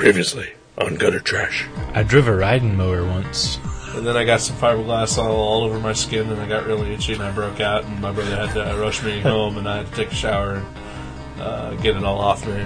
Previously on Gutter Trash. I drove a riding mower once. And then I got some fiberglass all, all over my skin, and I got really itchy, and I broke out. And my brother had to uh, rush me home, and I had to take a shower and uh, get it all off me.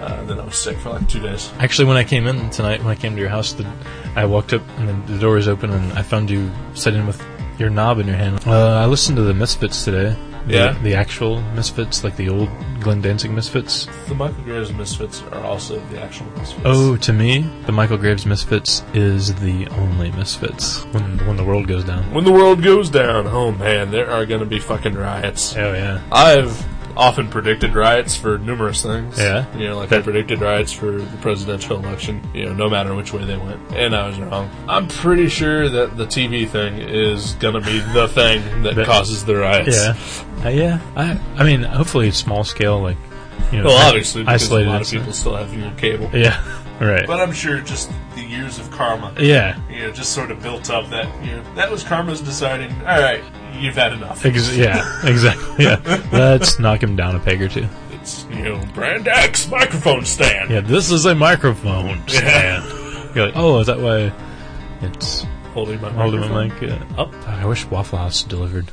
Uh, then I was sick for like two days. Actually, when I came in tonight, when I came to your house, the, I walked up and the, the door was open, and I found you sitting with your knob in your hand. Uh, I listened to the Misfits today. The, Yeah? The actual Misfits, like the old Glenn Danzig Misfits. The Michael Graves Misfits are also the actual Misfits. Oh, to me, the Michael Graves Misfits is the only Misfits when when the world goes down. When the world goes down, oh man, there are going to be fucking riots. Oh yeah. I've often predicted riots for numerous things. Yeah. You know, like I predicted riots for the presidential election, you know, no matter which way they went. And I was wrong. I'm pretty sure that the TV thing is going to be the thing that, That- causes the riots. Yeah, uh, yeah. I I mean, hopefully, it's small scale, like you know, Well, obviously, because isolated. a lot of incident. people still have you know, cable. Yeah, right. But I'm sure just the years of karma, yeah, you know, just sort of built up that, you know, that was karma's deciding, all right, you've had enough. ex- yeah, exactly. Yeah, let's knock him down a peg or two. It's, you know, brand X microphone stand. Yeah, this is a microphone stand. You're like, oh, is that why it's Holding my holding microphone. my mic uh, up? I wish Waffle House delivered.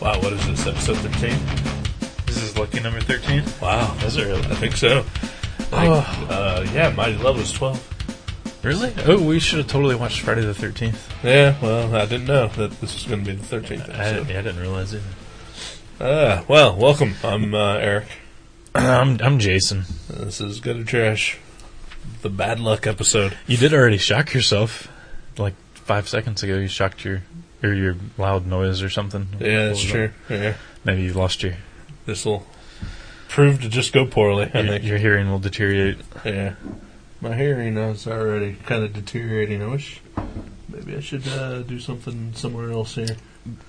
Wow, what is this, episode 13? This is lucky number thirteen. Wow, is it really? I think so. Oh, Uh, yeah, Mighty Love was 12. really? Oh, we should have totally watched Friday the Thirteenth. Yeah, well, I didn't know that this was going to be the 13th episode. I didn't realize it. Uh, well, welcome. I'm uh, Eric. I'm I'm Jason. This is Gutter Trash, the bad luck episode. You did already shock yourself, like five seconds ago. You shocked your or your loud noise or something. Yeah, that's What was true. Yeah, that? Maybe you lost your this will prove to just go poorly, I your, think. your hearing will deteriorate. Yeah. My hearing is already kind of deteriorating. I wish maybe I should uh, do something somewhere else here.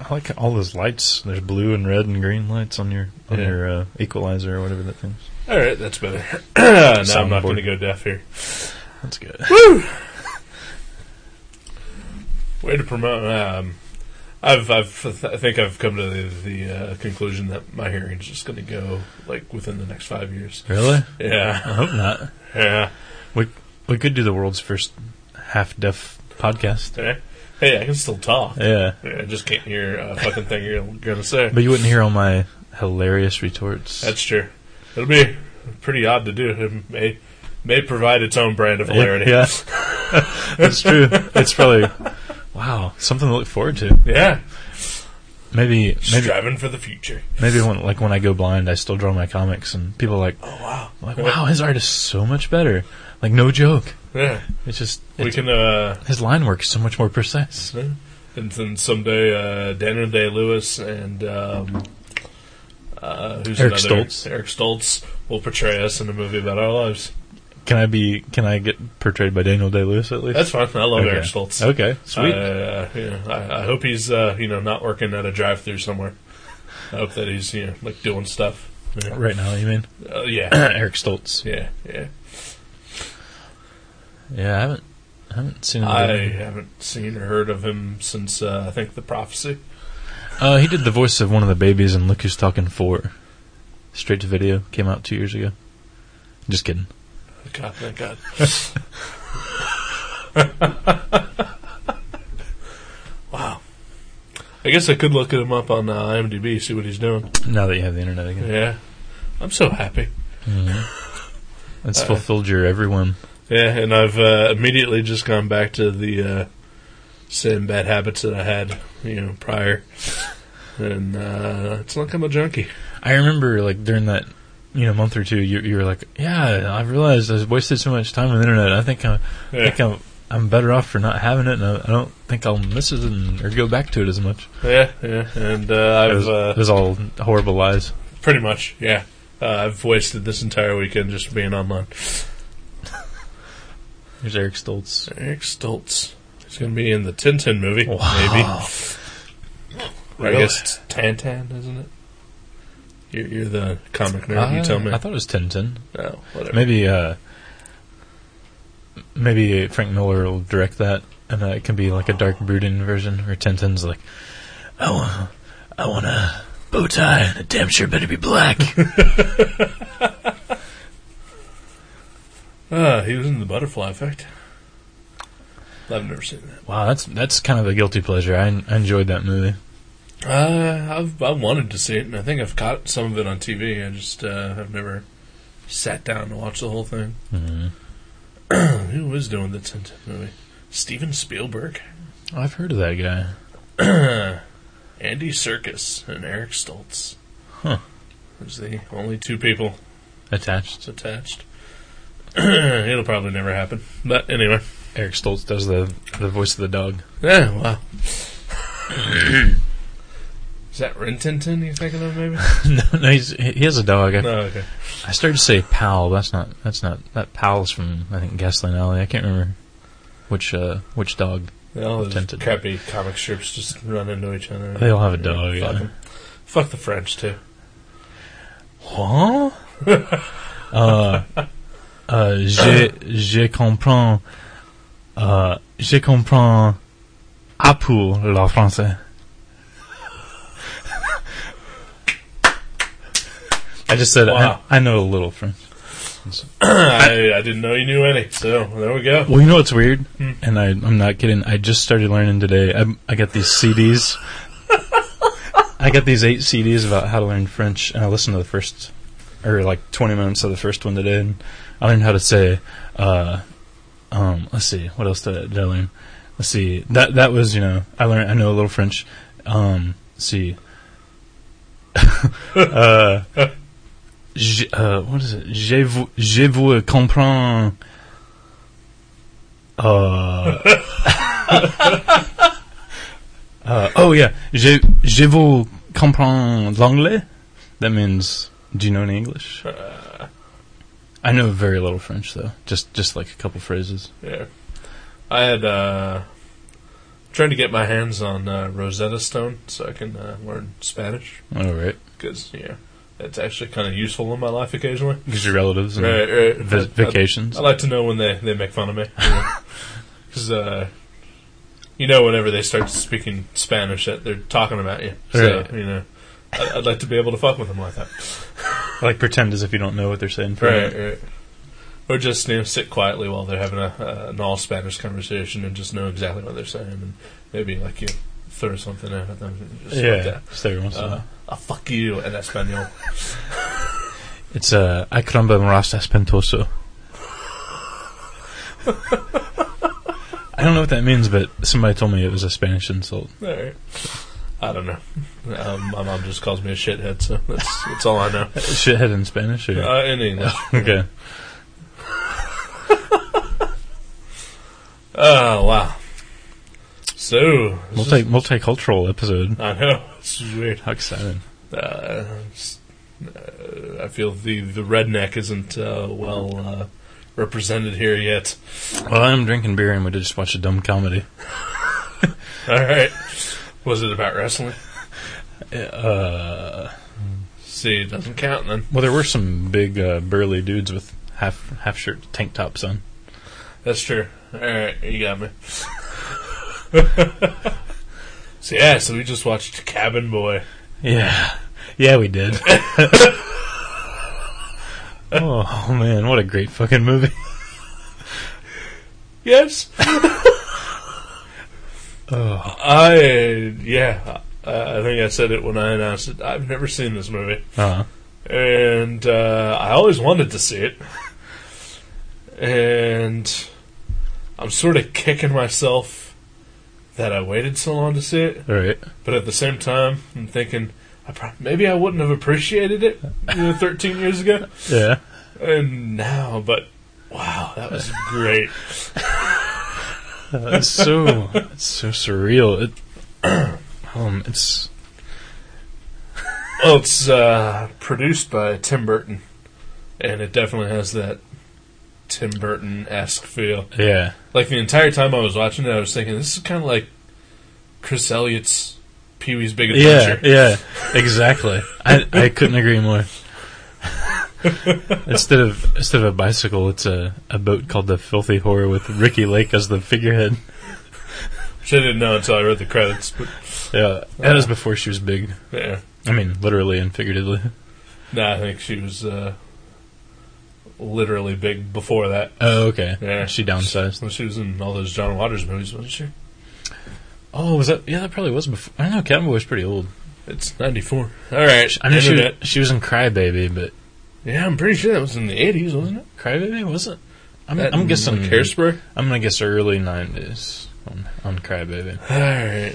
I like all those lights. There's blue and red and green lights on your on Yeah. your uh, equalizer or whatever that thing. is. All right, that's better. now I'm not Soundboard. going to go deaf here. That's good. Way to promote. Um, I've, I've, I think I've come to the, the uh, conclusion that my hearing's just going to go like within the next five years. Really? Yeah, I hope not. yeah. We could do the world's first half deaf podcast. Okay. Hey, I can still talk. Yeah, Yeah, I just can't hear a fucking thing you're going to say. but you wouldn't hear all my hilarious retorts. That's true. It'll be pretty odd to do. It may may provide its own brand of hilarity. Yeah, that's true. It's probably wow something to look forward to. yeah. Maybe Just maybe striving for the future. maybe when like when I go blind, I still draw my comics, and people are like Oh wow. like wow, his art is so much better. Like no joke. Yeah, It's just we it's- can. uh his line work is so much more precise. And then someday, uh, Daniel Day Lewis and um, uh, who's Eric another? Stoltz. Eric Stoltz will portray us in a movie about our lives. Can I be? Can I get portrayed by Daniel Day Lewis at least? That's fine. I love okay. Eric Stoltz. Okay, sweet. Uh, yeah, I, I hope he's uh, you know not working at a drive-through somewhere. I hope that he's you know like doing stuff. Yeah, right now, you mean uh, yeah, Eric Stoltz? yeah. yeah. Yeah, I haven't I haven't seen. I another- haven't seen or heard of him since uh, I think the prophecy. Uh, he did the voice of one of the babies in Look Who's Talking Four. Straight to video came out two years ago. Just kidding. God, thank God. wow. I guess I could look him up on uh, IMDb, see what he's doing. Now that you have the internet again, Yeah. I'm so happy. Mm-hmm. it's Uh, fulfilled your everyone. Yeah, and I've uh, immediately just gone back to the uh, same bad habits that I had, you know, prior. And uh, it's like I'm a junkie. I remember like during that you know month or two, you you were like, yeah, I realized I wasted so much time on the internet. I think I'm I Yeah. think I'm, I'm better off for not having it, and I, I don't think I'll miss it and, or go back to it as much. Yeah, yeah. And uh, It was, I've. Uh, it was all horrible lies. Pretty much, yeah. Uh, I've wasted this entire weekend just being online. There's Eric Stoltz. Eric Stoltz. He's going to be in the Tintin movie, maybe. Or I Really? guess it's Tantan, isn't it? Uh, You're, you're the comic nerd. you I- tell me. I thought it was Tintin. no, whatever. Maybe uh, maybe Frank Miller will direct that, and uh, it can be like a Dark Broodin version where Tintin's like, I want, I want a bow tie, and it damn sure better be black. Ah, he was in the Butterfly Effect. I've never seen that. wow, that's that's kind of a guilty pleasure. I, I enjoyed that movie. Uh, I've I wanted to see it, and I think I've caught some of it on TV. I just uh, have never sat down to watch the whole thing. hmm Who was doing the Tintin movie? Steven Spielberg, I've heard of that guy. Andy Serkis, and Eric Stoltz. Huh. Was the only two people Attached. that's attached. It'll probably never happen, but anyway. Eric Stoltz does the the voice of the dog. Yeah, wow. Is that Rintintin you're thinking of, maybe? no, no, he's, he he has a dog. I, no, okay. I started to say Powell. but That's not. That's not. That Powell's from I think Gaslight Alley. I can't remember which uh, which dog. All those Tintin. crappy comic strips just run into each other. They all have a dog, Fuck, yeah. 'em. Fuck the French, too. Huh? uh, uh, je, je comprends. Uh, je comprends. À pour la français. I just said Wow. I, I know a little French. I, I didn't know you knew any, so there we go. Well, you know what's weird, Hmm. and I, I'm not kidding. I just started learning today. I, I got these CDs. I got these eight CDs about how to learn French, and I listened to the first, or like 20 minutes of the first one today, and I learned how to say, uh, um, let's see, what else did I, did I learn? Let's see, that that was you know, I learned I know a little French. Um, let's see, uh, je, uh, what is it? Je vous, je vous comprends. Uh, uh, oh yeah, je, je vous comprends l'anglais. That means, do you know any English? Uh. I know very little French though, just just like a couple phrases. Yeah. I had, uh, trying to get my hands on uh, Rosetta Stone so I can uh, learn Spanish, All right, because, you know, it's actually kind of useful in my life occasionally. because your relatives and Right, right. vi- I- I- vacations. I like to know when they, they make fun of me. Because, uh, you know, whenever they start speaking Spanish, that they're talking about you. So, Right. you know, I, I'd like to be able to fuck with them like that. like pretend as if you don't know what they're saying. For Right, you. right. Or just, you know, sit quietly while they're having a, uh, an all Spanish conversation and just know exactly what they're saying. And maybe, like, you throw something out at them. and Just yeah. Like that. just every once in a Uh, while. I'll fuck you in Espanol. It's uh, I crumble and rasta espantoso. I don't know what that means, but somebody told me it was a Spanish insult. all right. I don't know. Um, my mom just calls me a shithead, so that's, that's all I know. Shithead in Spanish? Or? Uh, in English. okay. Oh wow. So this Multi- is- multicultural episode. I know this is weird. How exciting. Uh, s- uh, I feel the the redneck isn't uh, well uh, represented here yet. Well, I'm drinking beer and we did just watch a dumb comedy. All right. Was it about wrestling? Uh, See, it doesn't count then. well, there were some big uh, burly dudes with half half shirt tank tops on. That's true. All right, you got me. so yeah, so we just watched Cabin Boy. Yeah. Yeah, we did. oh, man. What a great fucking movie. Yes. Oh, I yeah. I I think I said it when I announced it. I've never seen this movie. uh, and uh, I always wanted to see it. And I'm sort of kicking myself that I waited so long to see it, all right. but at the same time, I'm thinking I pro- maybe I wouldn't have appreciated it you know, 13 years ago, Yeah. and now, but wow, that was great. Uh, it's so it's so surreal. It, um, it's Well, it's uh, produced by Tim Burton, and it definitely has that Tim Burton esque feel. Yeah. Like the entire time I was watching it, I was thinking this is kind of like Chris Elliott's Pee Wee's Big Yeah, Adventure. yeah, exactly. I, I couldn't agree more. instead of instead of a bicycle, it's a, a boat called the Filthy Horror with Ricky Lake as the figurehead. Which I didn't know until I read the credits. But Yeah, that was before she was big. yeah, I mean, literally and figuratively. no, I think she was uh, literally big before that. Oh, okay. Yeah. She downsized. When she was in all those John Waters movies, wasn't she? Oh, was that? Yeah, that probably was before. I don't know. Cowboy was pretty old. It's ninety four. All right, I know she was, Internet. she was in Crybaby, but yeah, I'm pretty sure that was in the eighties, wasn't it? Crybaby wasn't. I'm, That I'm and, guessing. like, hairspray. I'm gonna guess early '90s on, on Crybaby. All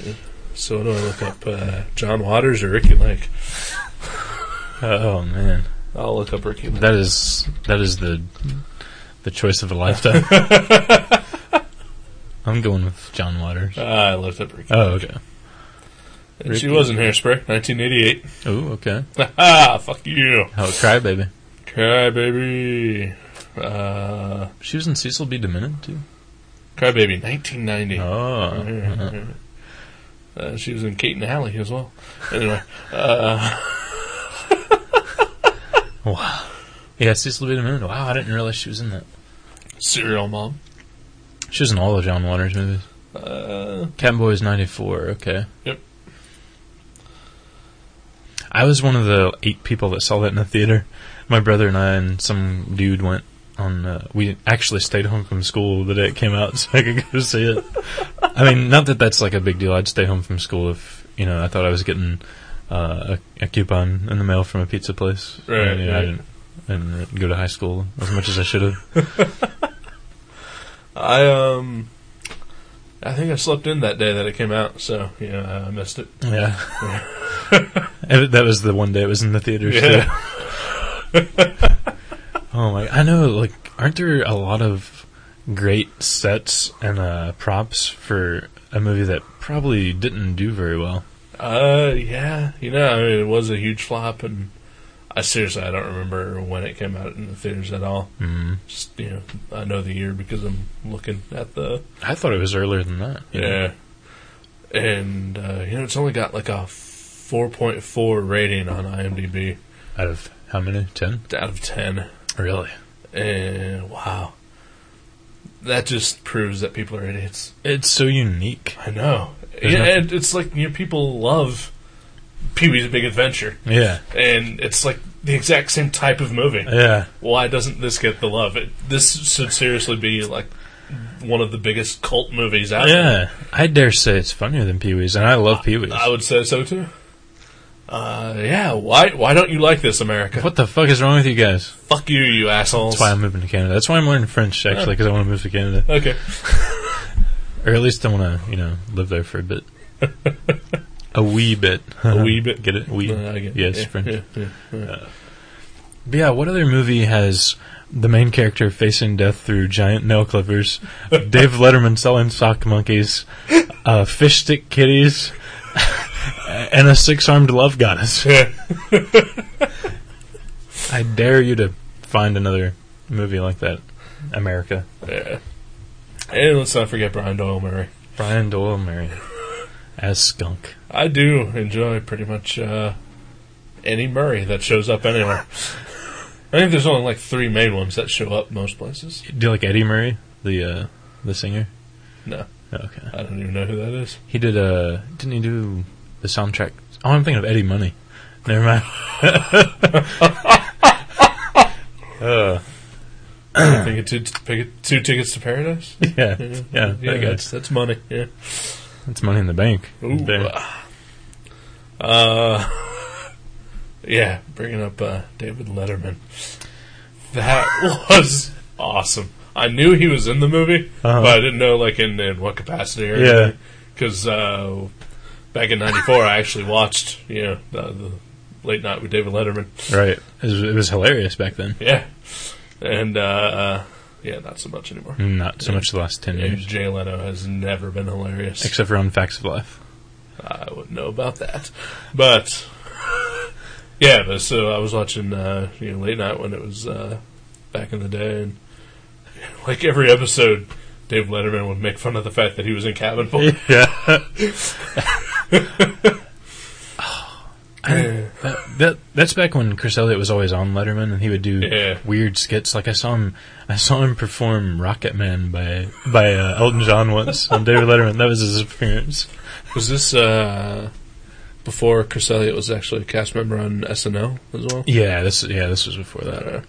right. So what do I look up? Uh, John Waters or Ricky Lake? Oh man. I'll look up Ricky. Lake. That is that is the the choice of a lifetime. I'm going with John Waters. Ah, I looked up Ricky. Oh, okay. And she Ricky. was in Hairspray, 1988. Oh, okay. Ah, fuck you. Oh, Crybaby. Crybaby. Uh, She was in Cecil B. DeMille too. Crybaby, 1990. Oh, Uh, she was in Kate and Alley as well. Anyway, uh, wow. Yeah, Cecil B. DeMille. Wow, I didn't realize she was in that. Serial Mom. She was in all of John Waters movies. Uh, Catboy is '94. Okay. Yep. I was one of the eight people that saw that in the theater. My brother and I and some dude went on. Uh, we actually stayed home from school the day it came out, so I could go see it. I mean, not that that's like a big deal. I'd stay home from school if you know I thought I was getting uh, a, a coupon in the mail from a pizza place. Right, And, you know, I right. didn't, I didn't go to high school as much as I should have. I, um, I think I slept in that day that it came out, so, yeah, I missed it. Yeah. And that was the one day it was in the theaters Yeah. too. oh my! I know. Like, aren't there a lot of great sets and uh, props for a movie that probably didn't do very well? Uh, yeah, you know, I mean, it was a huge flop, and I seriously, I don't remember when it came out in the theaters at all. Mm. Just, you know, I know the year because I'm looking at the I thought it was earlier than that. you know? Yeah. And, uh, you know, it's only got like a 4.4 rating on IMDb Out of how many? Ten? out of 10. Really? And, wow. That just proves that people are idiots. It's so unique. I know. There's yeah, nothing- and it's like, you know, people love Pee Wee's Big Adventure. Yeah. And it's like the exact same type of movie. Yeah. Why doesn't this get the love? It, this should seriously be like one of the biggest cult movies out there. Yeah. I dare say it's funnier than Pee Wee's, and I love Pee Wee's. I would say so too. Uh, yeah. Why? Why don't you like this, America? What the fuck is wrong with you guys? Fuck you, you assholes. That's why I'm moving to Canada. That's why I'm learning Oh. French, actually, because I want to move to Canada. okay. Or at least I want to, you know, live there for a bit. a wee bit. A wee bit. Get it? Wee. Uh, I get- yes, yeah, French. yeah, yeah. But yeah, what other movie has the main character facing death through giant nail clippers, Dave Letterman selling sock monkeys, uh, fish stick kitties, and a six armed love goddess? I dare you to find another movie like that. America. Yeah. And let's not forget Brian Doyle Murray. Brian Doyle Murray as Skunk. I do enjoy pretty much uh, any Murray that shows up anywhere. I think there's only like three main ones that show up most places. Do you like Eddie Murray, the uh, the singer? No, Okay. I don't even know who that is. He did uh didn't he do the soundtrack Oh I'm thinking of Eddie Money. Never mind. uh, Pick it two, pick it two tickets to paradise. yeah. Yeah, that guy. that's, that's money. Yeah. It's money in the bank. Ooh. There. Uh, yeah, bringing up uh, David Letterman. That was awesome. I knew he was in the movie, Uh-huh. but I didn't know like in, in what capacity. Or Yeah. because uh, back in '94, I actually watched you know the, the late night with David Letterman. Right. It was, it was hilarious back then. Yeah, and uh, uh, yeah, not so much anymore. Not so much the last ten And years. Jay Leno has never been hilarious. Except for on Facts of Life. I wouldn't know about that, but Yeah, but so I was watching uh, you know late night when it was uh, back in the day, and like every episode, Dave Letterman would make fun of the fact that he was in cabin boy. Yeah. Yeah. That, that that's back when Chris Elliott was always on Letterman, and he would do Yeah. weird skits. Like I saw him, I saw him perform "Rocket Man" by by uh, Elton John once on David Letterman. That was his appearance. Was this uh, before Chris Elliott was actually a cast member on SNL as well? Yeah, this yeah this was before that. Uh,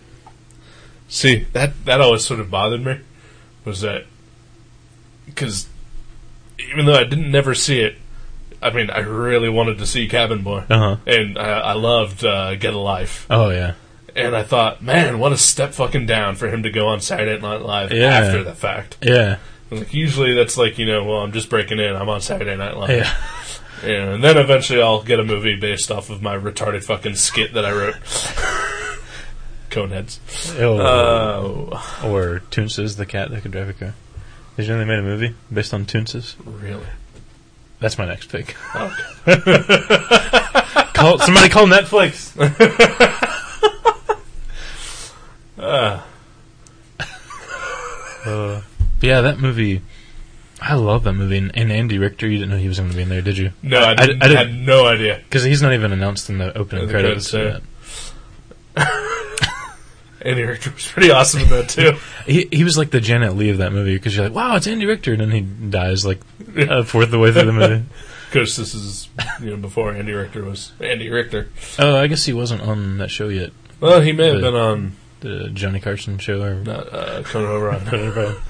see that that always sort of bothered me was that because even though I didn't never see it, I mean I really wanted to see Cabin Boy, Uh huh. and I, I loved uh, Get a Life, Oh yeah. and I thought, man, what a step fucking down for him to go on Saturday Night Live Yeah. after the fact. Yeah. Like, usually that's like you know, well I'm just breaking in, I'm on Saturday Night Live, Yeah. Yeah, and then eventually I'll get a movie based off of my retarded fucking skit that I wrote. Coneheads. Oh, Oh, or Toonces, the cat that could drive a car. Did you know they made a movie based on Toonces? really? That's my next pick. Okay. call somebody call Netflix. Uh, but yeah, that movie. I love that movie. And, and Andy Richter, you didn't know he was going to be in there, did you? No, I, I- didn't, I didn't- had no idea. Because he's not even announced in the opening In the credits. credits, Andy Richter was pretty awesome in that too. yet. He he was like the Janet Lee of that movie because you're like, wow, it's Andy Richter, and then he dies like a fourth of the way through the movie. Because this is you know before Andy Richter was Andy Richter. oh, I guess he wasn't on that show yet, Well, he may have The- been on the Johnny Carson show or. not uh, Conan O'Brien. whatever.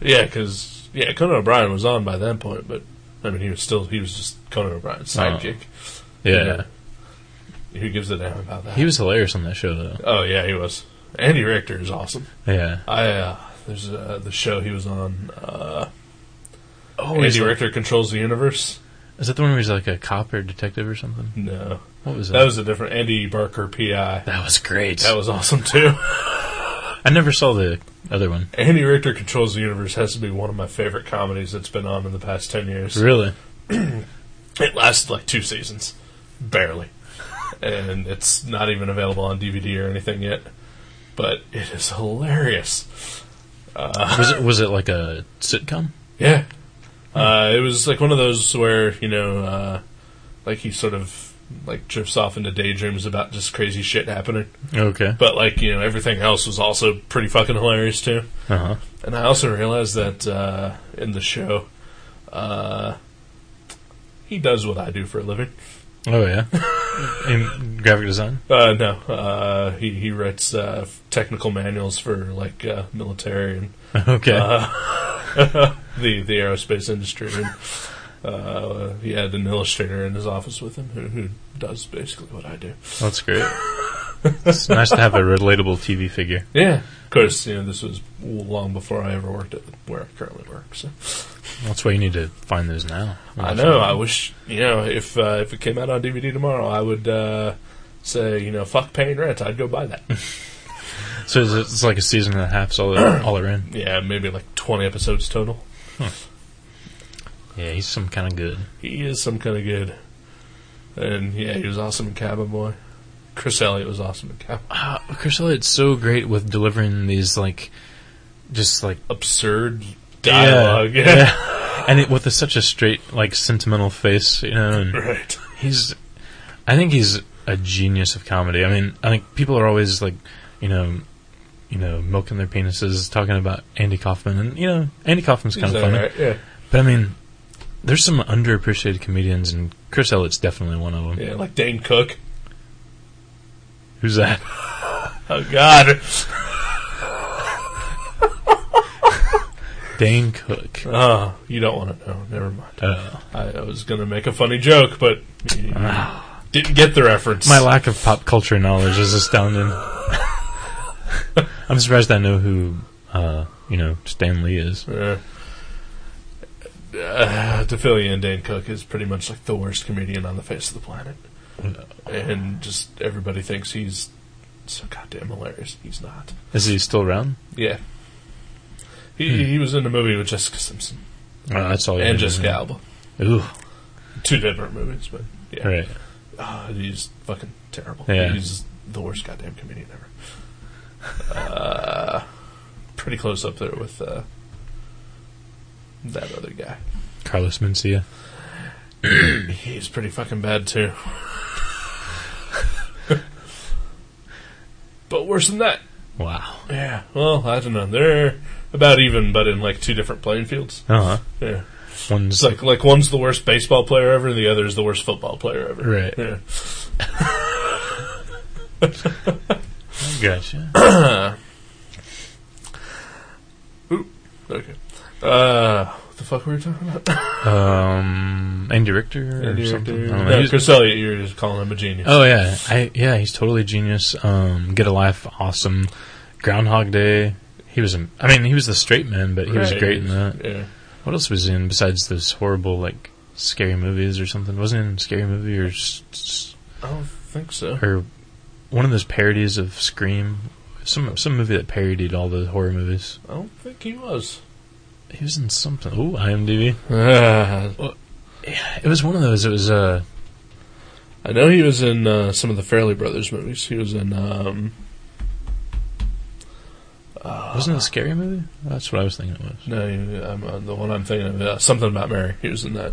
yeah, because yeah, Conan O'Brien was on by that point, but I mean he was still he was just Conan O'Brien's Oh. sidekick. yeah, Who gives a damn about that? he was hilarious on that show though. oh yeah, he was. Andy Richter is awesome. Yeah. I uh, there's uh, the show he was on. Uh, Oh, Andy is, that, Richter controls the universe. is that the one where he's like a cop or detective or something? No, What was that? that was a different Andy Barker PI. That was great. That was awesome too. I never saw the other one. Andy Richter Controls the Universe has to be one of my favorite comedies that's been on in the past 10 years. Really? It lasted like two seasons, barely. and it's not even available on DVD or anything yet. But it is hilarious. Was it was it like a sitcom? Yeah. Uh, it was like one of those where, you know, uh, like he sort of like drifts off into daydreams about just crazy shit happening. Okay. But like, you know, everything else was also pretty fucking hilarious too. Uh huh. And I also realized that uh, in the show, uh, he does what I do for a living. Oh yeah. In graphic design. Uh, no, uh, he he writes uh, f- technical manuals for like uh, military and Okay. uh, the the aerospace industry. And, uh, he had an illustrator in his office with him who, who does basically what I do. That's great. it's nice to have a relatable TV figure. Yeah, of course. You know, this was long before I ever worked at where I currently work. So. That's why you need to find those now. I know. I wish you know if uh, if it came out on DVD tomorrow, I would uh, say you know fuck paying rent. I'd go buy that. So it's, it's like a season and a half all all around. yeah, maybe like twenty episodes total. Yeah, he's some kind of good. He is some kind of good, and yeah, he was awesome in Cabin Boy. Chris Elliott was awesome in Cabin. Uh, Chris Elliott's so great with delivering these like, just like Absurd dialogue. Yeah. yeah. And it, with a, such a straight, like, sentimental face, you know, and right. he's, I think he's a genius of comedy. I mean, I think people are always like, you know, you know, milking their penises, talking about Andy Kaufman, and you know, Andy Kaufman's kind He's of funny. alright, Yeah, But I mean, there's some underappreciated comedians, and Chris Elliott's definitely one of them. yeah, like Dane Cook. Who's that? Oh God. Dane Cook. Oh, you don't want to know. Never mind. Uh, I, I was gonna make a funny joke, but you didn't get the reference. Ah. my lack of pop culture knowledge is astounding. I'm surprised I know who, uh, you know, Stan Lee is. Uh, uh, to fill you in, Dan Cook is pretty much like the worst comedian on the face of the planet, Mm. and just everybody thinks he's so goddamn hilarious. He's not. Is he still around? Yeah, he Hmm. he was in a movie with Jessica Simpson Oh, that's all. you Uh, and need to Jessica Alba, know. Ooh, two different movies, but yeah, right. oh, he's fucking terrible. Yeah. He's the worst goddamn comedian ever. Uh, pretty close up there with uh, that other guy. Carlos Mencia. He's pretty fucking bad too. but worse than that. Wow. Yeah. Well, I don't know. They're about even, but in like two different playing fields. Uh huh. Yeah. One's It's like like one's the worst baseball player ever, the other is the worst football player ever. Right. Yeah. gotcha. Okay. Uh, what the fuck were we talking about? Um, Andy Richter or something. I don't know. No, He's- Chris Elliott, you're just calling him a genius. oh yeah, I yeah, he's totally genius. Um, Get a Life, awesome. Groundhog Day. He was, am- I mean, he was the straight man, but he was Right. great in that. Yeah. What else was he in besides those horrible like scary movies or something? Wasn't he in Scary Movie or s- s- I don't think so. or one of those parodies of Scream? Some some movie that parodied all the horror movies. I don't think he was. He was in something. Ooh, IMDb. Uh, It was one of those. It was uh I know he was in uh, some of the Fairley Brothers movies. He was in. Um, Uh, wasn't it a scary movie? That's what I was thinking it was. no, he- I'm, uh, the one I'm thinking of. Uh, something about Mary. He was in that.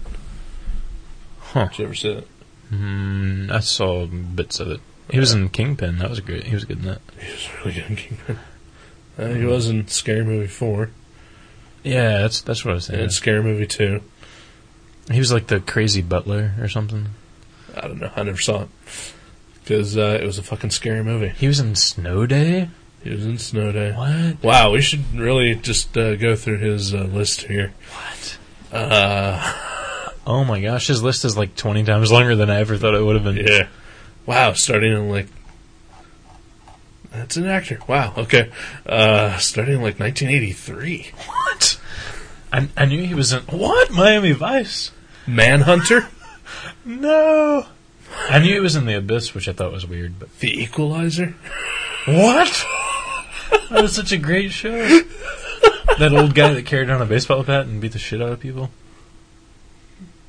Huh. Did you ever see that? Mm, I saw bits of it. He was in Kingpin. That was great. He was good in that. He was really good in Kingpin. Uh, he was in Scary Movie 4 Yeah, that's that's what I was thinking. and Scary Movie 2. he was like the crazy butler or something. I don't know. I never saw it. Because uh, it was a fucking scary movie. He was in Snow Day. He was in Snow Day. What? Wow, we should really just uh, go through his uh, list here. What? Uh, Oh my gosh, his list is like twenty times longer than I ever thought it would have been. yeah. Wow, starting in like. That's an actor. Wow, okay. Uh, starting in like 1983. What? I, I knew he was in what Miami Vice. Manhunter? No. I knew he was in The Abyss, which I thought was weird, but The Equalizer? what? that was such a great show. that old guy that carried around a baseball bat and beat the shit out of people.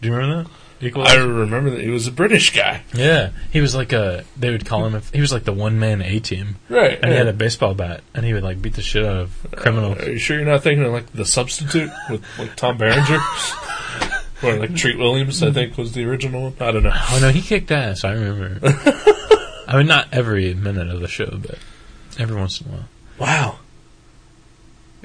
Do you remember that? I Equalizer? remember that he was a British guy. yeah, he was like a. They would call him. If, he was like the one man A team, Right. and he had a baseball bat, and he would like beat the shit out of criminals. Are you sure you're not thinking of like The Substitute with like Tom Berenger? or like Treat Williams, I think was the original one. I don't know. Oh no, he kicked ass. I remember. I mean, not every minute of the show, but every once in a while. Wow.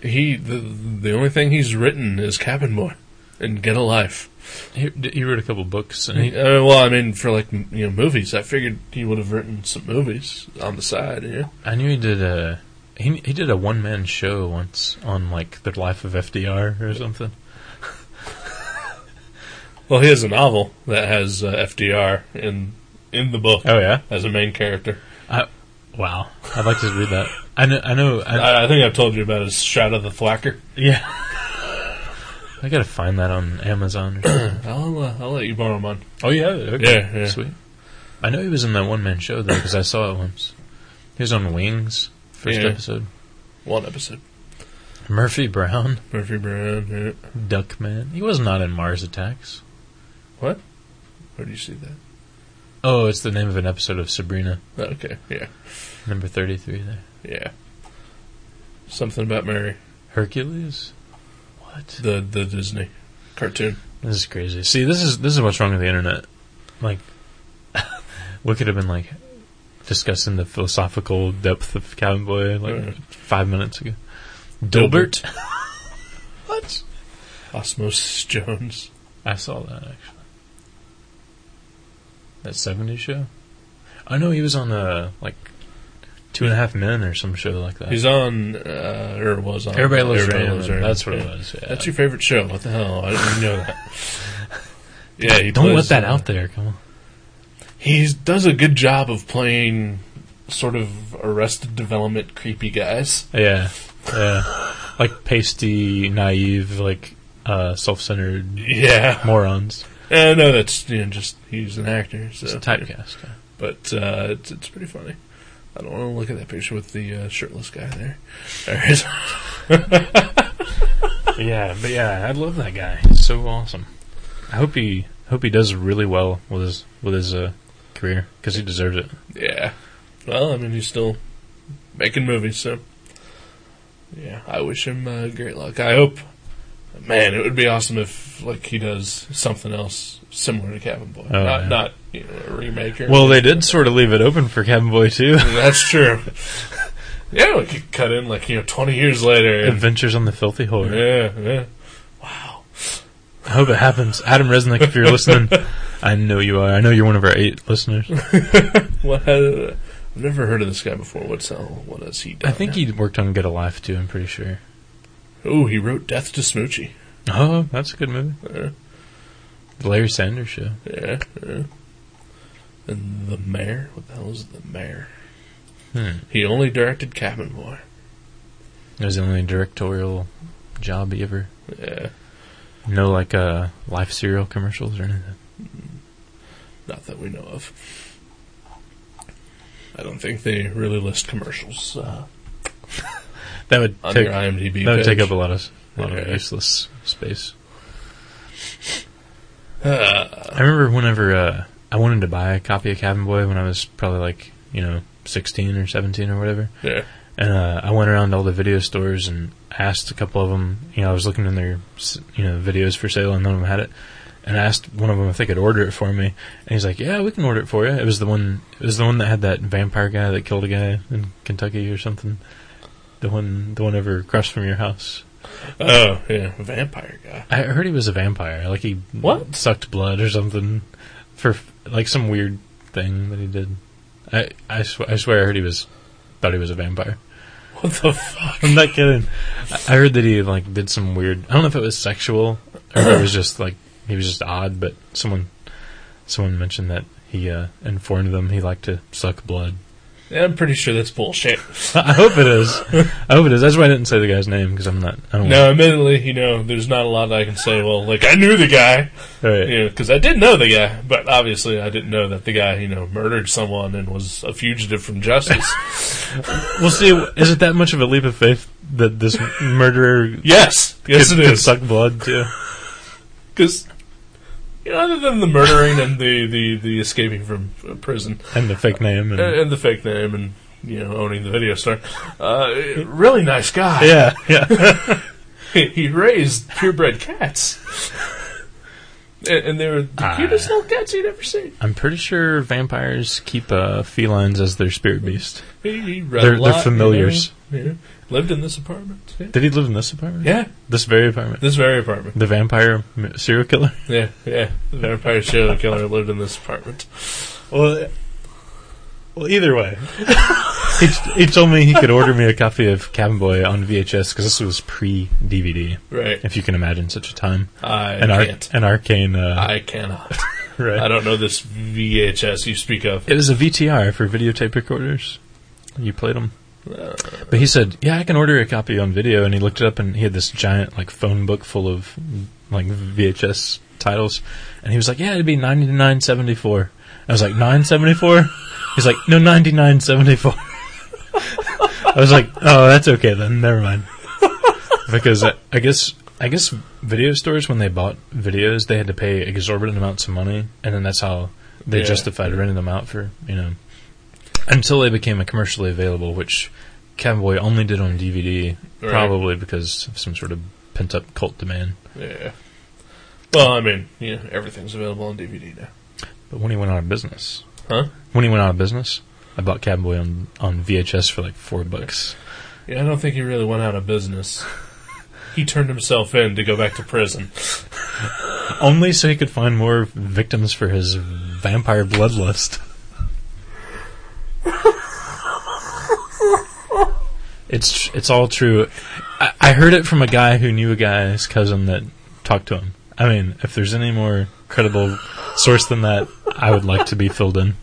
He the the only thing he's written is Cabin Boy and Get a Life. He, he wrote a couple books, and He- he, uh, well, I mean, for like m- you know movies, I figured he would have written some movies on the side. Yeah, I knew he did a he he did a one man show once on like the life of FDR or something. well, he has a novel that has uh, FDR in in the book Oh yeah, as a main character. I, wow, I'd like to read that. I know, I know, I, I, I think I've told you about his Shout of the Thwacker. Uh, yeah. I gotta find that on Amazon. Or something. I'll uh, I'll let you borrow mine. oh yeah, okay. Yeah, yeah. sweet. I know he was in that one man show though because I saw it once. He was on Wings first Yeah. episode. One episode. Murphy Brown. Murphy Brown. Yeah. Duckman. He was not in Mars Attacks. Where do you see that? Oh, it's the name of an episode of Sabrina, Okay. Yeah. number 33 there. Yeah. Something about Mary. Hercules? What? The the Disney cartoon. This is crazy. See, this is this is what's wrong with the internet. Like we could have been like discussing the philosophical depth of Cabin Boy like Right. 5 minutes ago. Dilbert. Dilbert? what? Osmosis Jones. I saw that actually. That 70s show? I know he was on uh like Two and a Half Men or some show like that. He's on, uh, or was on. Everybody loves Raymond. Raymond. That's what it Yeah. was. Yeah. That's your favorite show. What the hell? I didn't know that. yeah, he Don't plays, let that uh, out there. Come on. He does a good job of playing sort of arrested development creepy guys. Yeah. Yeah. like pasty, naive, like uh, self-centered Yeah. morons. Uh, no, that's you know, just, he's an actor. So. It's a typecast. yeah. But uh, it's, it's pretty funny. I don't want to look at that picture with the uh, shirtless guy there. There he is. Yeah, but yeah, I love that guy. He's so awesome. I hope he hope he does really well with his with his uh, career because he deserves it. Yeah. Well, I mean, he's still making movies, so yeah. I wish him uh, great luck. I hope. Man, it would be awesome if like he does something else similar to Cabin Boy, Oh, not yeah. not you know, a remake. Or Well, they did sort of leave it open for Cabin Boy too. That's true. yeah, we could cut in like you know twenty years later. and- Adventures on the Filthy Horde. yeah, yeah. I hope it happens. Adam Resnick, if you're listening, I know you are. I know you're one of our eight listeners. What? uh, I've never heard of this guy before. What's uh, what has he done? I think he worked on Get a Life too. I'm pretty sure. Oh, he wrote Death to Smoochie. Uh, Oh, that's a good movie. Yeah, The Larry Sanders Show. yeah. yeah. And the mayor. What the hell is the mayor? Hmm. He only directed Cabin Boy. It was the only directorial job he ever. Yeah, No, like uh, Life cereal commercials or anything. not that we know of. I don't think they really list commercials uh, That would on take their IMDb. that would page. take up a lot of a lot of Yeah. useless space. Uh, I remember whenever uh, I wanted to buy a copy of Cabin Boy when I was probably like you know 16 or 17 or whatever. yeah, And uh, I went around to all the video stores and asked a couple of them. You know, I was looking in their s- you know videos for sale, and none of them had it. And I asked one of them if they could order it for me, and he's like, "Yeah, we can order it for you." It was the one. It was the one that had that vampire guy that killed a guy in Kentucky or something. The one, the one over across from your house. oh yeah, vampire guy. I heard he was a vampire. Like he What? sucked blood or something for like some weird thing that he did. I I, sw- I swear I heard he was thought he was a vampire. What the fuck? I'm not kidding. I- I heard that he like did some weird. I don't know if it was sexual or if it was just like he was just odd. But someone someone mentioned that he uh, informed them he liked to suck blood. Yeah, I'm pretty sure that's bullshit. I hope it is. I hope it is. That's why I didn't say the guy's name because I'm not. I don't. Now, admittedly, you know, there's not a lot that I can say. Well, like I knew the guy, All right. you know, because I did know the guy, but obviously I didn't know that the guy, you know, murdered someone and was a fugitive from justice. We'll see. Is it that much of a leap of faith that this murderer yes, yes, could, it could is. suck blood too? Because you know, other than the murdering and the the the escaping from uh, prison And the fake name. and, And, and the fake name and you know owning the video store, uh, really nice guy. yeah, yeah. he raised purebred cats. And and they were the Ah. cutest little cats you'd ever seen. I'm pretty sure vampires keep uh, felines as their spirit beast. He, he read They're- a they're lot, you know, familiars. yeah. Lived in this apartment. Yeah. Did he live in this apartment? yeah, This very apartment. this very apartment. The vampire m- serial killer. Yeah, yeah. The vampire serial killer lived in this apartment. uh, Well, well, either way, he, he told me he could order me a copy of Cabin Boy on VHS because this was pre-DVD, Right. if you can imagine such a time. I An, ar- can't. an arcane. Uh, I cannot. right. I don't know this VHS you speak of. It was a VTR for videotape recorders. You played them. But he said, "Yeah, I can order a copy on video." And he looked it up, and he had this giant like phone book full of like VHS titles, and he was like, "Yeah, it'd be ninety nine seventy four. I was like, 974? He's like, "No, ninety nine seventy four. I was like, "Oh, that's okay then. Never mind." Because I, I guess I guess video stores when they bought videos, they had to pay exorbitant amounts of money, and then that's how they Yeah. justified renting them out for you know until they became commercially available, which Cowboy only did on DVD, Right. probably because of some sort of pent up cult demand. Yeah. Well, I mean, you know, everything's available on DVD now. But when he went out of business, Huh? when he went out of business, I bought Cowboy on on VHS for like four bucks. Yeah, I don't think he really went out of business. he turned himself in to go back to prison. Only so he could find more victims for his vampire bloodlust. It's tr- it's all true. I, I heard it from a guy who knew a guy's cousin that talked to him. I mean, if there's any more credible source than that, I would like to be filled in.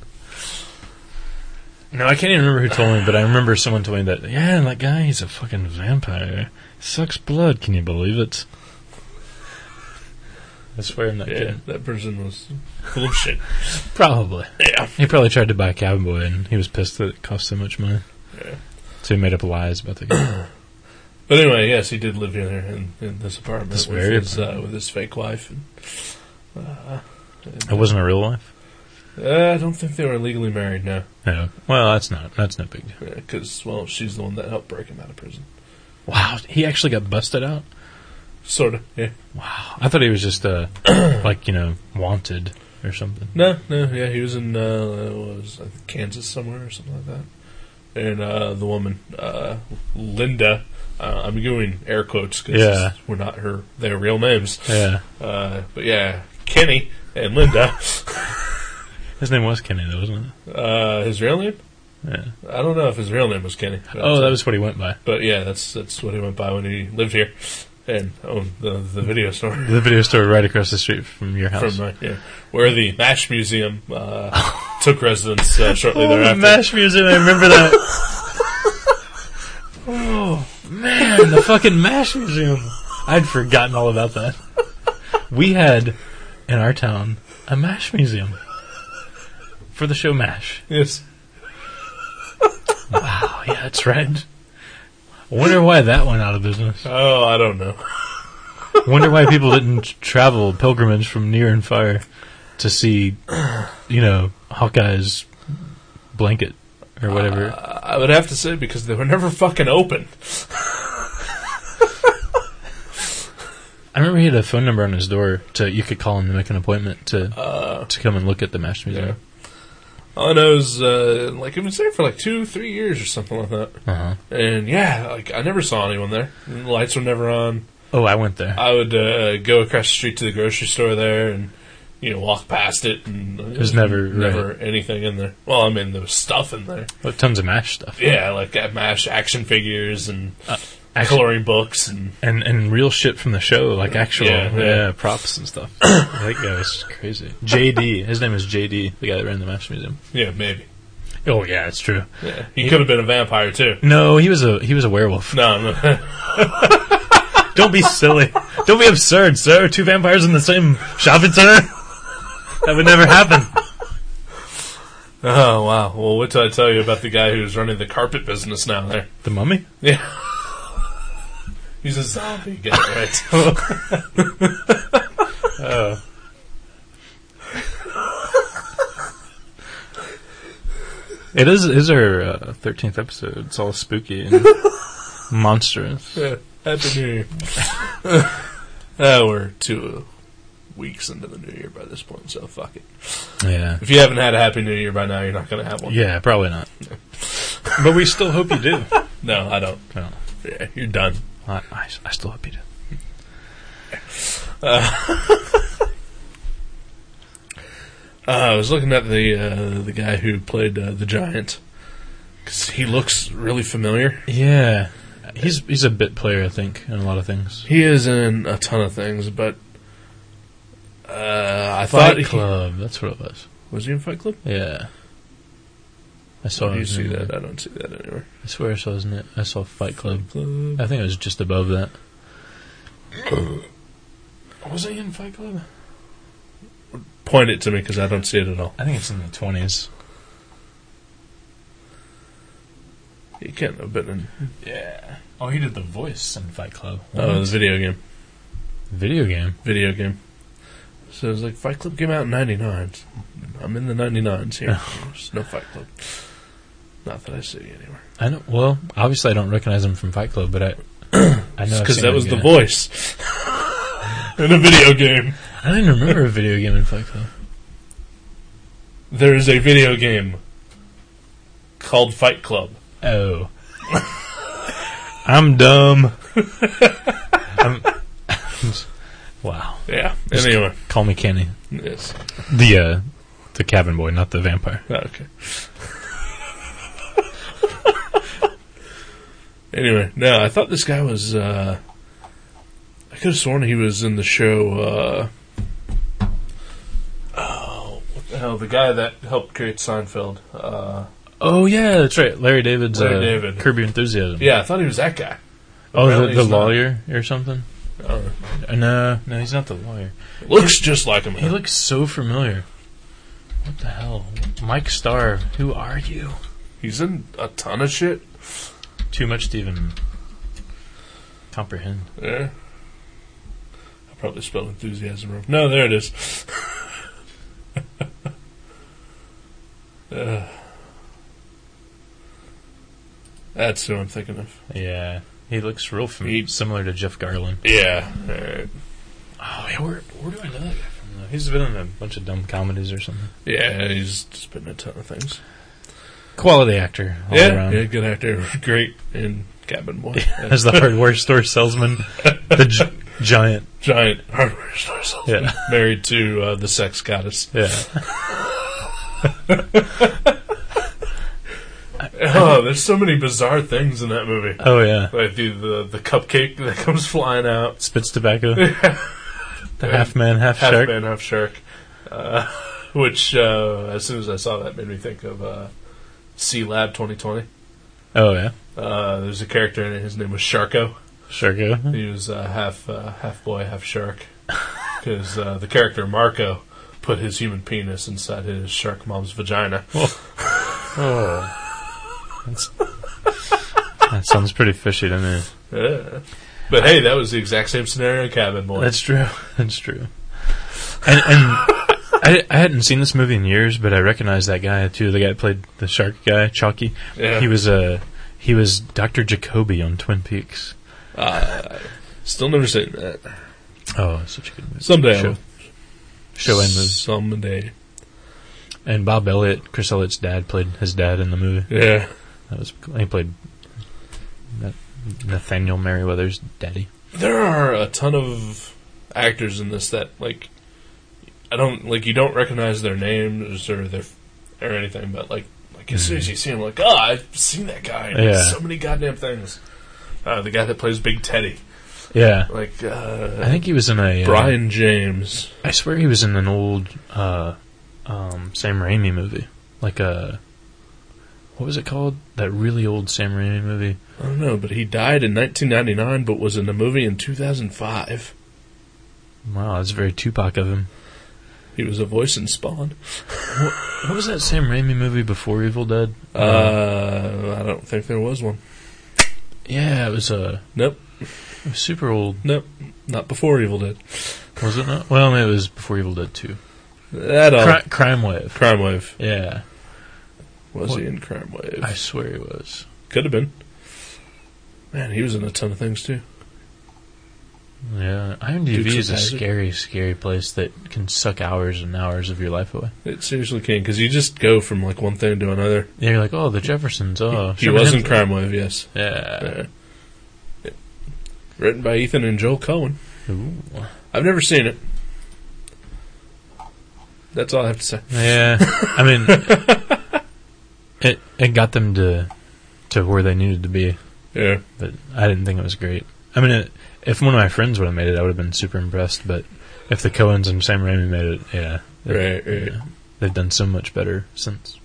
No, I can't even remember who told me, but I remember someone told me that. Yeah, that guy, he's a fucking vampire. Sucks blood. Can you believe it? I swear I'm not Yeah, kidding. that person was full of shit. Probably. Yeah. He probably tried to buy Cabin Boy, and he was pissed that it cost so much money. Yeah. So he made up lies about the guy. But anyway, yes, he did live in there in, in this apartment This with very his uh, with his fake wife. And, uh, and- it wasn't a real life. Uh, I don't think they were legally married, no. No. Well, that's not that's no big deal. Because, well, she's the one that helped break him out of prison. Wow, he actually got busted out. Sort of, yeah. Wow, I thought he was just uh, like you know wanted or something. No, no, yeah, he was in uh, what was it, Kansas somewhere or something like that. And uh, the woman, uh, Linda, uh, I'm doing air quotes because Yeah. we're not her, their real names. Yeah, Uh, but yeah, Kenny and Linda, his name was Kenny, though, wasn't it? uh, his real name? Yeah. I don't know if his real name was Kenny. but- Oh, that was what he went by. But yeah, that's that's what he went by when he lived here and owned the, the video store. The video store right across the street from your house. From uh, yeah, where the Mash Museum uh, took residence uh, shortly oh, the thereafter. mash museum! I remember that. oh man, the fucking mash museum! I'd forgotten all about that. We had in our town a mash museum for the show Mash. Yes. Wow, Oh, yeah, that's right. Wonder why that went out of business. Oh, I don't know. Wonder why people didn't travel pilgrimage from near and far to see, you know, Hawkeye's blanket or whatever. Uh, I would have to say because they were never fucking open. I remember he had a phone number on his door to you could call him to make an appointment to Uh, to come and look at the Mash yeah. Museum. All I know is, uh, like, it was there for like two, three years or something like that. Uh-huh. And yeah, like, I never saw anyone there. The lights were never on. Oh, I went there. I would uh, go across the street to the grocery store there and you know walk past it and it was never- never anything in there. Well, I mean there was stuff in there. Oh, tons of Mash stuff. Yeah, like uh, mash action figures and Actual- coloring books and and and real shit from the show, like actual Yeah, yeah, yeah. props and stuff. that guy was crazy. JD, his name is JD, the guy that ran the Mash Museum. yeah, maybe. Oh yeah, it's true. Yeah. He could have been a vampire too. No, he was a he was a werewolf. No, no. Don't be silly. Don't be absurd, sir. Two vampires in the same shopping center. That would never happen. oh wow. Well, what did I tell you about the guy who's running the carpet business now there? The mummy? Yeah. He's a zombie guy, right? Oh. It is is our uh, thirteenth episode. It's all spooky and monstrous. Yeah. Happy New Year. uh, we're two weeks into the new year by this point, so fuck it. Yeah. If you haven't had a Happy New Year by now, you're not going to have one. Yeah, probably not. But we still hope you do. No, I don't. No. Yeah, you're done. I, I, I still hope you do. Uh, I was looking at the uh, the guy who played uh, the giant because he looks really familiar. Yeah. He's he's a bit player, I think, in a lot of things. He is in a ton of things, but uh, I thought Fight he- Club, that's what it was. was he in Fight Club? Yeah. I saw Where do you his see name that? there. I don't see that anywhere. I swear I saw his name. I saw Fight Club. Club. I think it was just above that. was he in Fight Club? Point it to me because I don't see it at all. I think it's in the twenties. He can't have been in Yeah. Oh, he did the voice in Fight Club. oh, the video game. Video game. video game. So it was like Fight Club came out in '99. I'm in the '99s here. There's no Fight Club. Not that I see anywhere. I know. Well, obviously I don't recognize him from Fight Club, but I. I know I've Because seen that him was the again. voice in a video game. I don't even remember a video game in Fight Club. There is a video game called Fight Club. Oh. I'm dumb. I'm, wow. Yeah. Just- Anyway, Call me Kenny. yes. The uh, the cabin boy, not the vampire. Ah, Okay. anyway, no, I thought this guy was. Uh, I could have sworn he was in the show. Uh, oh, what the hell? The guy that helped create Seinfeld. Uh, Oh yeah, that's right. Larry David's Larry uh, David. Curb Your Enthusiasm. yeah, I thought he was that guy. Oh, Apparently the, the he's not. lawyer or something? Oh, Uh, no, no, he's not the lawyer. looks just like him. He huh? looks so familiar. What the hell, Mike Starr? Who are you? He's in a ton of shit. Too much to even comprehend. Yeah. I probably spelled enthusiasm wrong. No, there it is. Uh. That's who I'm thinking of. Yeah. He looks real fam- He- similar to Jeff Garland. Yeah. Uh, Alright. Oh, yeah, where, where do I know that guy from, though? He's been in a bunch of dumb comedies or something. Yeah, he's just been in a ton of things. Quality actor all yeah, around. yeah, good actor, great in Cabin Boy. As the hardware store salesman, the gi- giant. Giant hardware store salesman, Yeah. married to uh, the sex goddess. Yeah. Oh, there's so many bizarre things in that movie. Oh, yeah. Like the the, the cupcake that comes flying out, Spits tobacco. The half man, half, half shark. man, half shark. Uh, which, uh, as soon as I saw that, made me think of uh, C Lab 2020. Oh, yeah. Uh, there's a character in it. His name was Sharko. Sharko. He was uh, half uh, half boy, half shark, because uh, the character Marco put his human penis inside his shark mom's vagina. Oh. That's, that sounds pretty fishy to me. Yeah. But hey, that was the exact same scenario in Cabin Boy. That's true. That's true. And, and I, I hadn't seen this movie in years, but I recognized that guy too. The guy that played the shark guy, Chalky. Yeah. He was a he was Doctor Jacoby on Twin Peaks. Uh, still never seen that. Oh, such a good movie. Someday. Show, I'll- show and movie. Someday. And Bob Elliott, Chris Elliott's dad, played his dad in the movie. Yeah. That was cool. He played Na- Nathaniel Merriweather's daddy. There are a ton of actors in this that like I don't like you don't recognize their names or their or anything, but like like as soon as you see him, like oh, I've seen that guy. in Hmm. Yeah. So many goddamn things. Uh, the guy that plays Big Teddy, Yeah. like I uh, think he was in a uh, Brian James. I swear he was in an old uh, um, Sam Raimi movie, like a what was it called? That really old Sam Raimi movie. I don't know, but he died in 1999, but was in the movie in 2005. Wow, that's very Tupac of him. He was a voice in Spawn. What was that Sam Raimi movie before Evil Dead? Uh, I don't think there was one. yeah, it was a Nope, it was super old, nope, not before Evil Dead. was it not? Well, maybe it was before Evil Dead too. That all. Cri- Crime Wave. Crime Wave. Yeah, Was What- he in Crime Wave? I swear he was. Could have been. Man, he was in a ton of things too. Yeah, IMDb Dukes of is a Hazzard. scary, scary place that can suck hours and hours of your life away. It seriously can, because you just go from like one thing to another. Yeah, you're like, oh, the Jeffersons. Oh, he Sherman was in Hemsley. Crime Wave, yes. Yeah. Uh, yeah. Written by Ethan and Joel Cohen. Ooh. I've never seen it. That's all I have to say. Yeah, I mean, it it got them to to where they needed to be, Yeah, but I didn't think it was great. I mean, it, if one of my friends would have made it, I would have been super impressed. But if the Coens and Sam Raimi made it, yeah, they- right, right. yeah, they've done so much better since.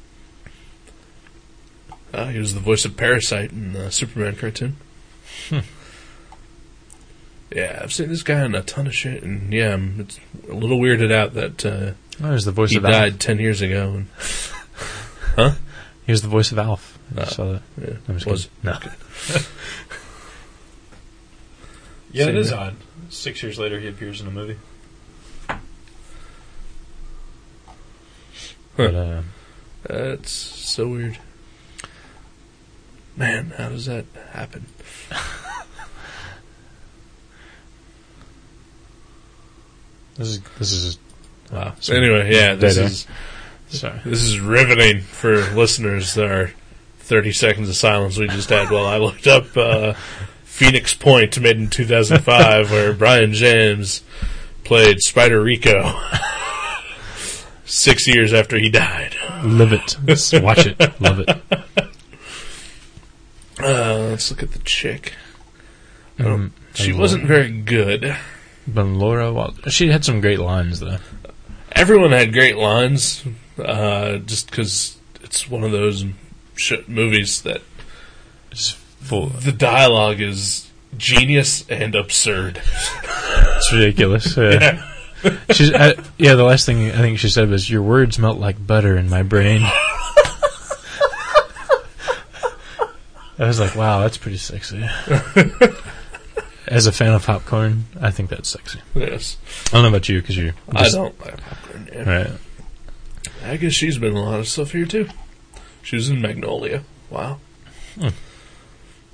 Uh, he was the voice of Parasite in the Superman cartoon. Hmm. Yeah, I've seen this guy in a ton of shit, and yeah, I'm, it's a little weirded out that uh, Oh, he was the voice he of Alf. died ten years ago. And He was the voice of Alf. I just Uh, saw that. yeah, I'm just was- kidding. no. Yeah, it is odd. Six years later, he appears in a movie. But, uh, That's so weird. Man, how does that happen? this is this is uh, Wow. So- anyway, yeah, this Data. is sorry. this is riveting for listeners. There are thirty seconds of silence we just had while I looked up uh, Phoenix Point, made in two thousand five, where Brian James played Spider Rico. Six years after he died. Live it. Watch it. Love it. Uh, let's look at the chick. I don't- Um, She and wasn't Laura- very good. But Laura, Wal- she had some great lines though. Everyone had great lines, uh, just because it's one of those sh- movies that It's full. the dialogue is genius and absurd. It's ridiculous. Yeah. She's I, yeah. The last thing I think she said was, "Your words melt like butter in my brain." I was like, "Wow, that's pretty sexy." As a fan of popcorn, I think that's sexy. Yes, I don't know about you because you're. I just- don't like popcorn. yeah. Right. I guess she's been in a lot of stuff here too. She was in Magnolia. Wow.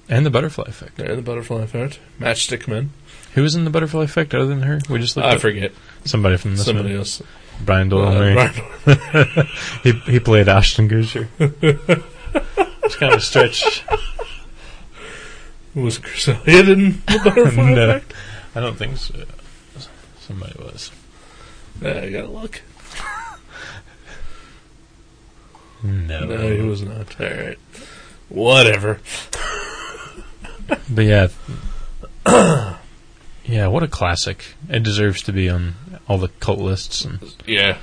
And the butterfly effect. Yeah, the butterfly effect. Matchstick men. Who was in the butterfly effect other than her? We just looked I up forget. somebody from this Somebody movie. else. Brian Doyle Uh, Murray. Brian- He, he played Ashton Kutcher. it's kind of a stretch. was Chris Elliott in the butterfly No. effect? I don't think so. Somebody was. Yeah, I gotta look. No. No, he was not. All right. Whatever. But yeah. yeah, what a classic. It deserves to be on all the cult lists. And Yeah.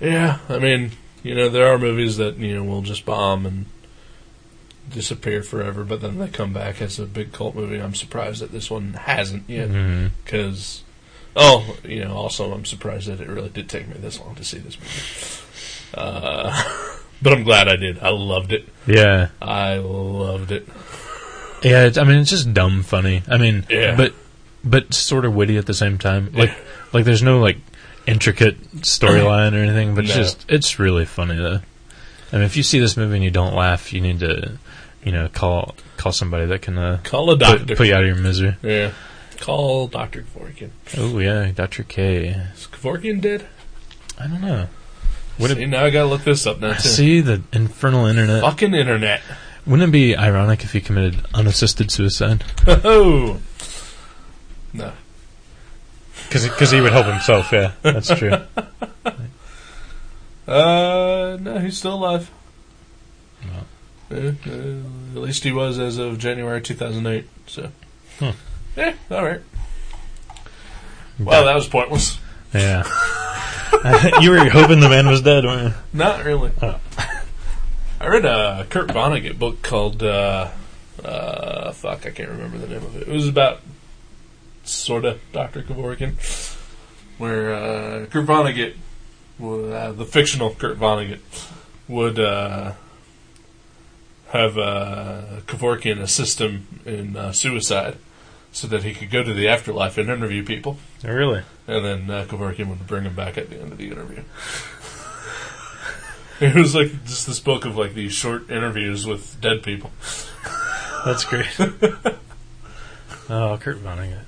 Yeah, I mean, you know, there are movies that, you know, will just bomb and disappear forever, but then they come back as a big cult movie. I'm surprised that this one hasn't yet. Mhm. Mm-hmm. Because, oh, you know, also I'm surprised that it really did take me this long to see this movie. Uh, but I'm glad I did. I loved it. Yeah. I loved it. Yeah, it's, I mean, it's just dumb funny. I mean, Yeah. but but sort of witty at the same time. Like, like there's no, like, intricate storyline or anything, but it's No. just, it's really funny, though. I mean, if you see this movie and you don't laugh, you need to, you know, call call somebody that can uh, Call a doctor. put, put you out of your misery. yeah. Call Dr. Kevorkian. Oh, yeah, Dr. K. Is Kevorkian dead? I don't know. Would see, it now I gotta look this up now, too. see the infernal internet? Fucking internet. Wouldn't it be ironic if he committed unassisted suicide? Oh. No. Because he would help himself. Yeah, that's true. Uh, no, he's still alive. Well. Uh, uh, at least he was as of January 2008, so. Hmm. Yeah, alright. Well, that was pointless. yeah, you were hoping the man was dead, weren't you? Not really. Oh. I read a Kurt Vonnegut book called, uh, uh, fuck, I can't remember the name of it. It was about, sort of, Dr. Kevorkian, where uh, Kurt Vonnegut, well, uh, the fictional Kurt Vonnegut, would uh, have uh, Kevorkian assist him in uh, suicide so that he could go to the afterlife and interview people. Oh, really? And then uh, Kevorkian would bring him back at the end of the interview. it was like just this book of like these short interviews with dead people. That's great. oh, Kurt Vonnegut.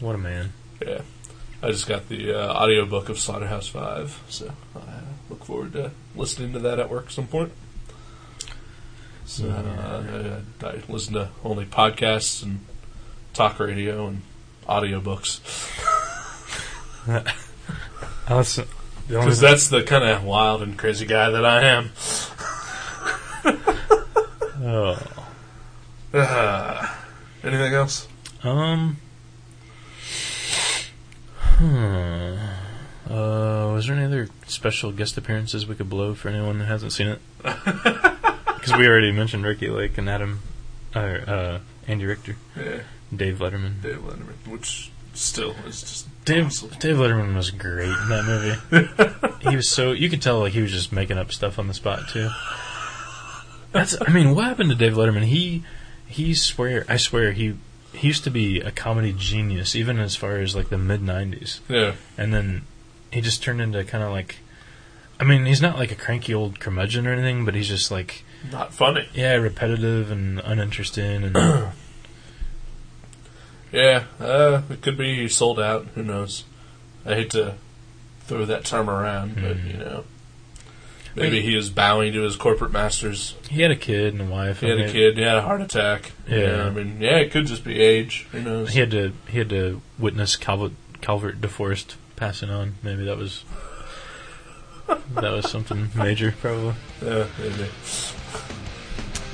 What a man. Yeah. I just got the uh, audio book of Slaughterhouse 5, so I look forward to listening to that at work some point. So uh, I, I listen to only podcasts and talk radio and audiobooks. That's the only. Because that's the kind of wild and crazy guy that I am. oh. Anything else? Um. Hmm. Uh, was there any other special guest appearances we could blow for anyone that hasn't seen it? Because we already mentioned Ricky Lake and Adam, or uh, Andy Richter, Yeah. Dave Letterman. Dave Letterman, which still is just Dave awesome. Dave Letterman was great in that movie. he was so you could tell like he was just making up stuff on the spot too. That's I mean, what happened to Dave Letterman? He he swear I swear he he used to be a comedy genius even as far as like the mid 90s. Yeah, And then he just turned into kind of like I mean, he's not like a cranky old curmudgeon or anything, but he's just like not funny. yeah, repetitive and uninteresting and Yeah, uh, it could be he sold out. Who knows? I hate to throw that term around, but Hmm. you know, maybe he is bowing to his corporate masters. he had a kid and a wife. He had and a kid. He had a heart attack. Yeah. I mean, yeah, it could just be age. Who knows? He had to he had to witness Calvert Calvert DeForest passing on. Maybe that was that was something major, probably. Yeah, Uh, maybe.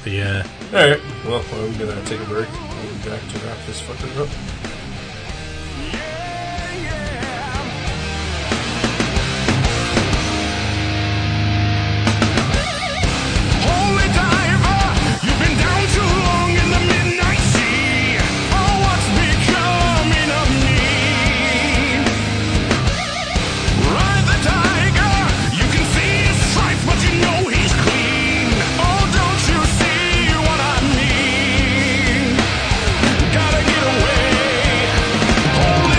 But yeah, All right. Well, I'm gonna take a break. We'll be back to wrap this fucker up. Holy diver, you've been down too long in the midnight sea. Oh, what's becoming of me? Ride the tiger, you can see his stripes, but you know he's clean. Oh, don't you see what I mean? Gotta get away. Oh,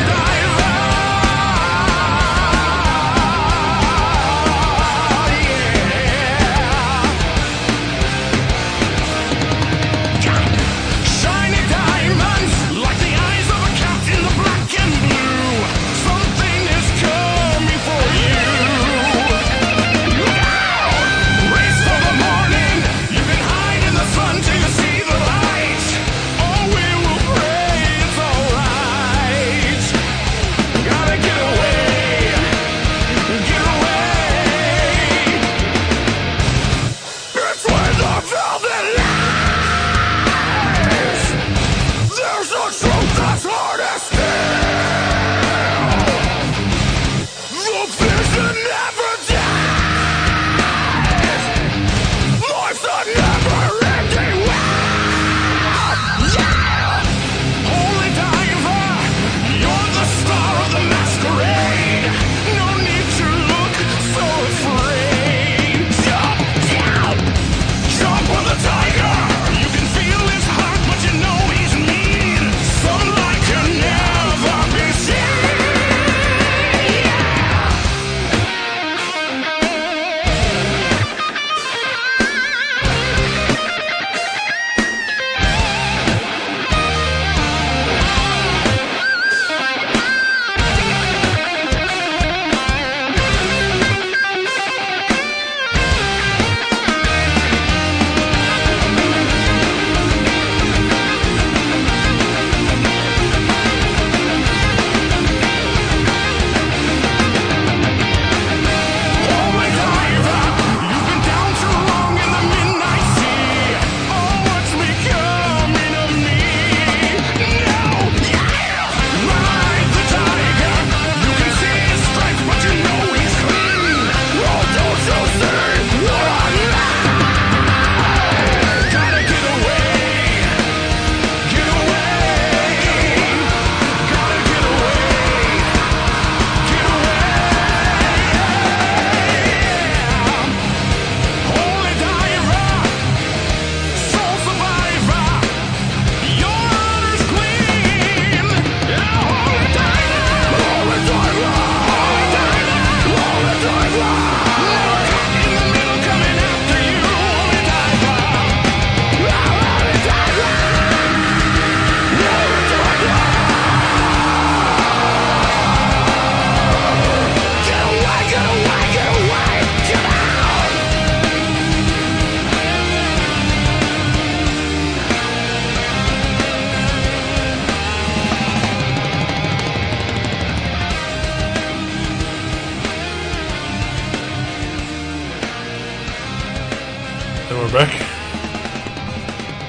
Rick.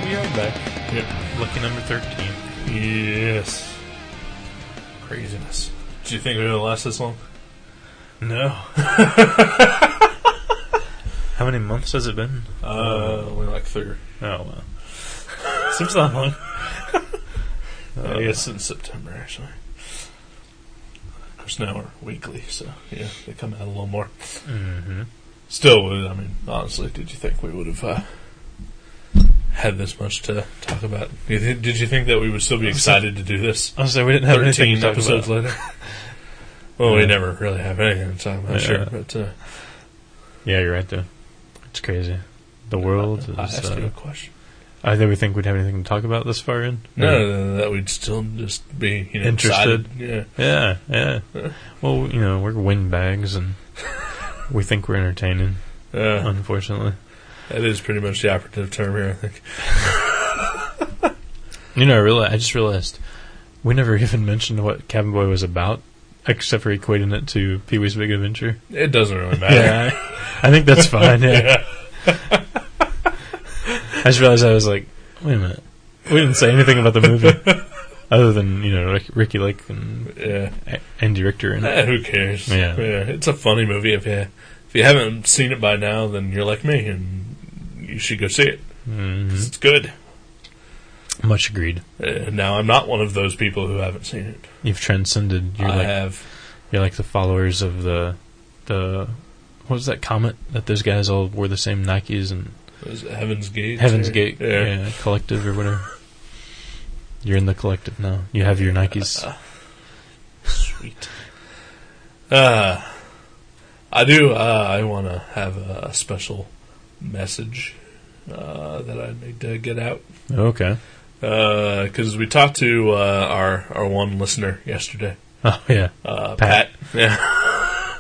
We are back. Yeah. Lucky number 13. Yes. Craziness. Do you think we're gonna last this long? No. How many months has it been? Uh, only like three. Oh, well. Seems that long. Uh, I guess since September actually. Of course now we're weekly, so yeah, they come out a little more. Mm-hmm. Still, I mean, honestly, did you think we would have uh, had this much to talk about? Do you thi- did you think that we would still be excited to do this? Honestly, we didn't have anything Thirteen to talk episodes about. later. Well, we Yeah. never really have anything to talk about, Yeah. sure. But uh, Yeah, you're right, though. It's crazy. The world is. I asked you a Uh, question. I think we think we'd have anything to talk about this far in. No, no, no, that we'd still just be you know, Interested. excited. Yeah, Yeah, yeah. Well, you know, we're windbags and we think we're entertaining, uh, unfortunately. that is pretty much the operative term here. I think. You know, I, reali I just realized we never even mentioned what Cabin Boy was about, except for equating it to Pee Wee's Big Adventure. It doesn't really matter. I think that's fine, yeah. I just realized I was like, wait a minute. We didn't say anything about the movie. Other than, you know, Rick, Ricky Lake and yeah. A- Andy Richter and Eh, who cares? Yeah. it's a funny movie. If you if you haven't seen it by now, then you're like me, and you should go see it. Mhm. It's good. much agreed. Uh, now I'm not one of those people who haven't seen it. You've transcended. You're I like have. you're like the followers of the the what was that comet that those guys all wore the same Nikes and Was it Heaven's Gate. Heaven's or- Gate Yeah. yeah, collective or whatever. You're in the collective now. You have your Nikes. Uh, Sweet. Uh, I do. Uh, I want to have a special message uh, that I need to get out Okay. because we talked to uh, our our one listener yesterday. Oh yeah. Uh, Pat. Pat. Yeah.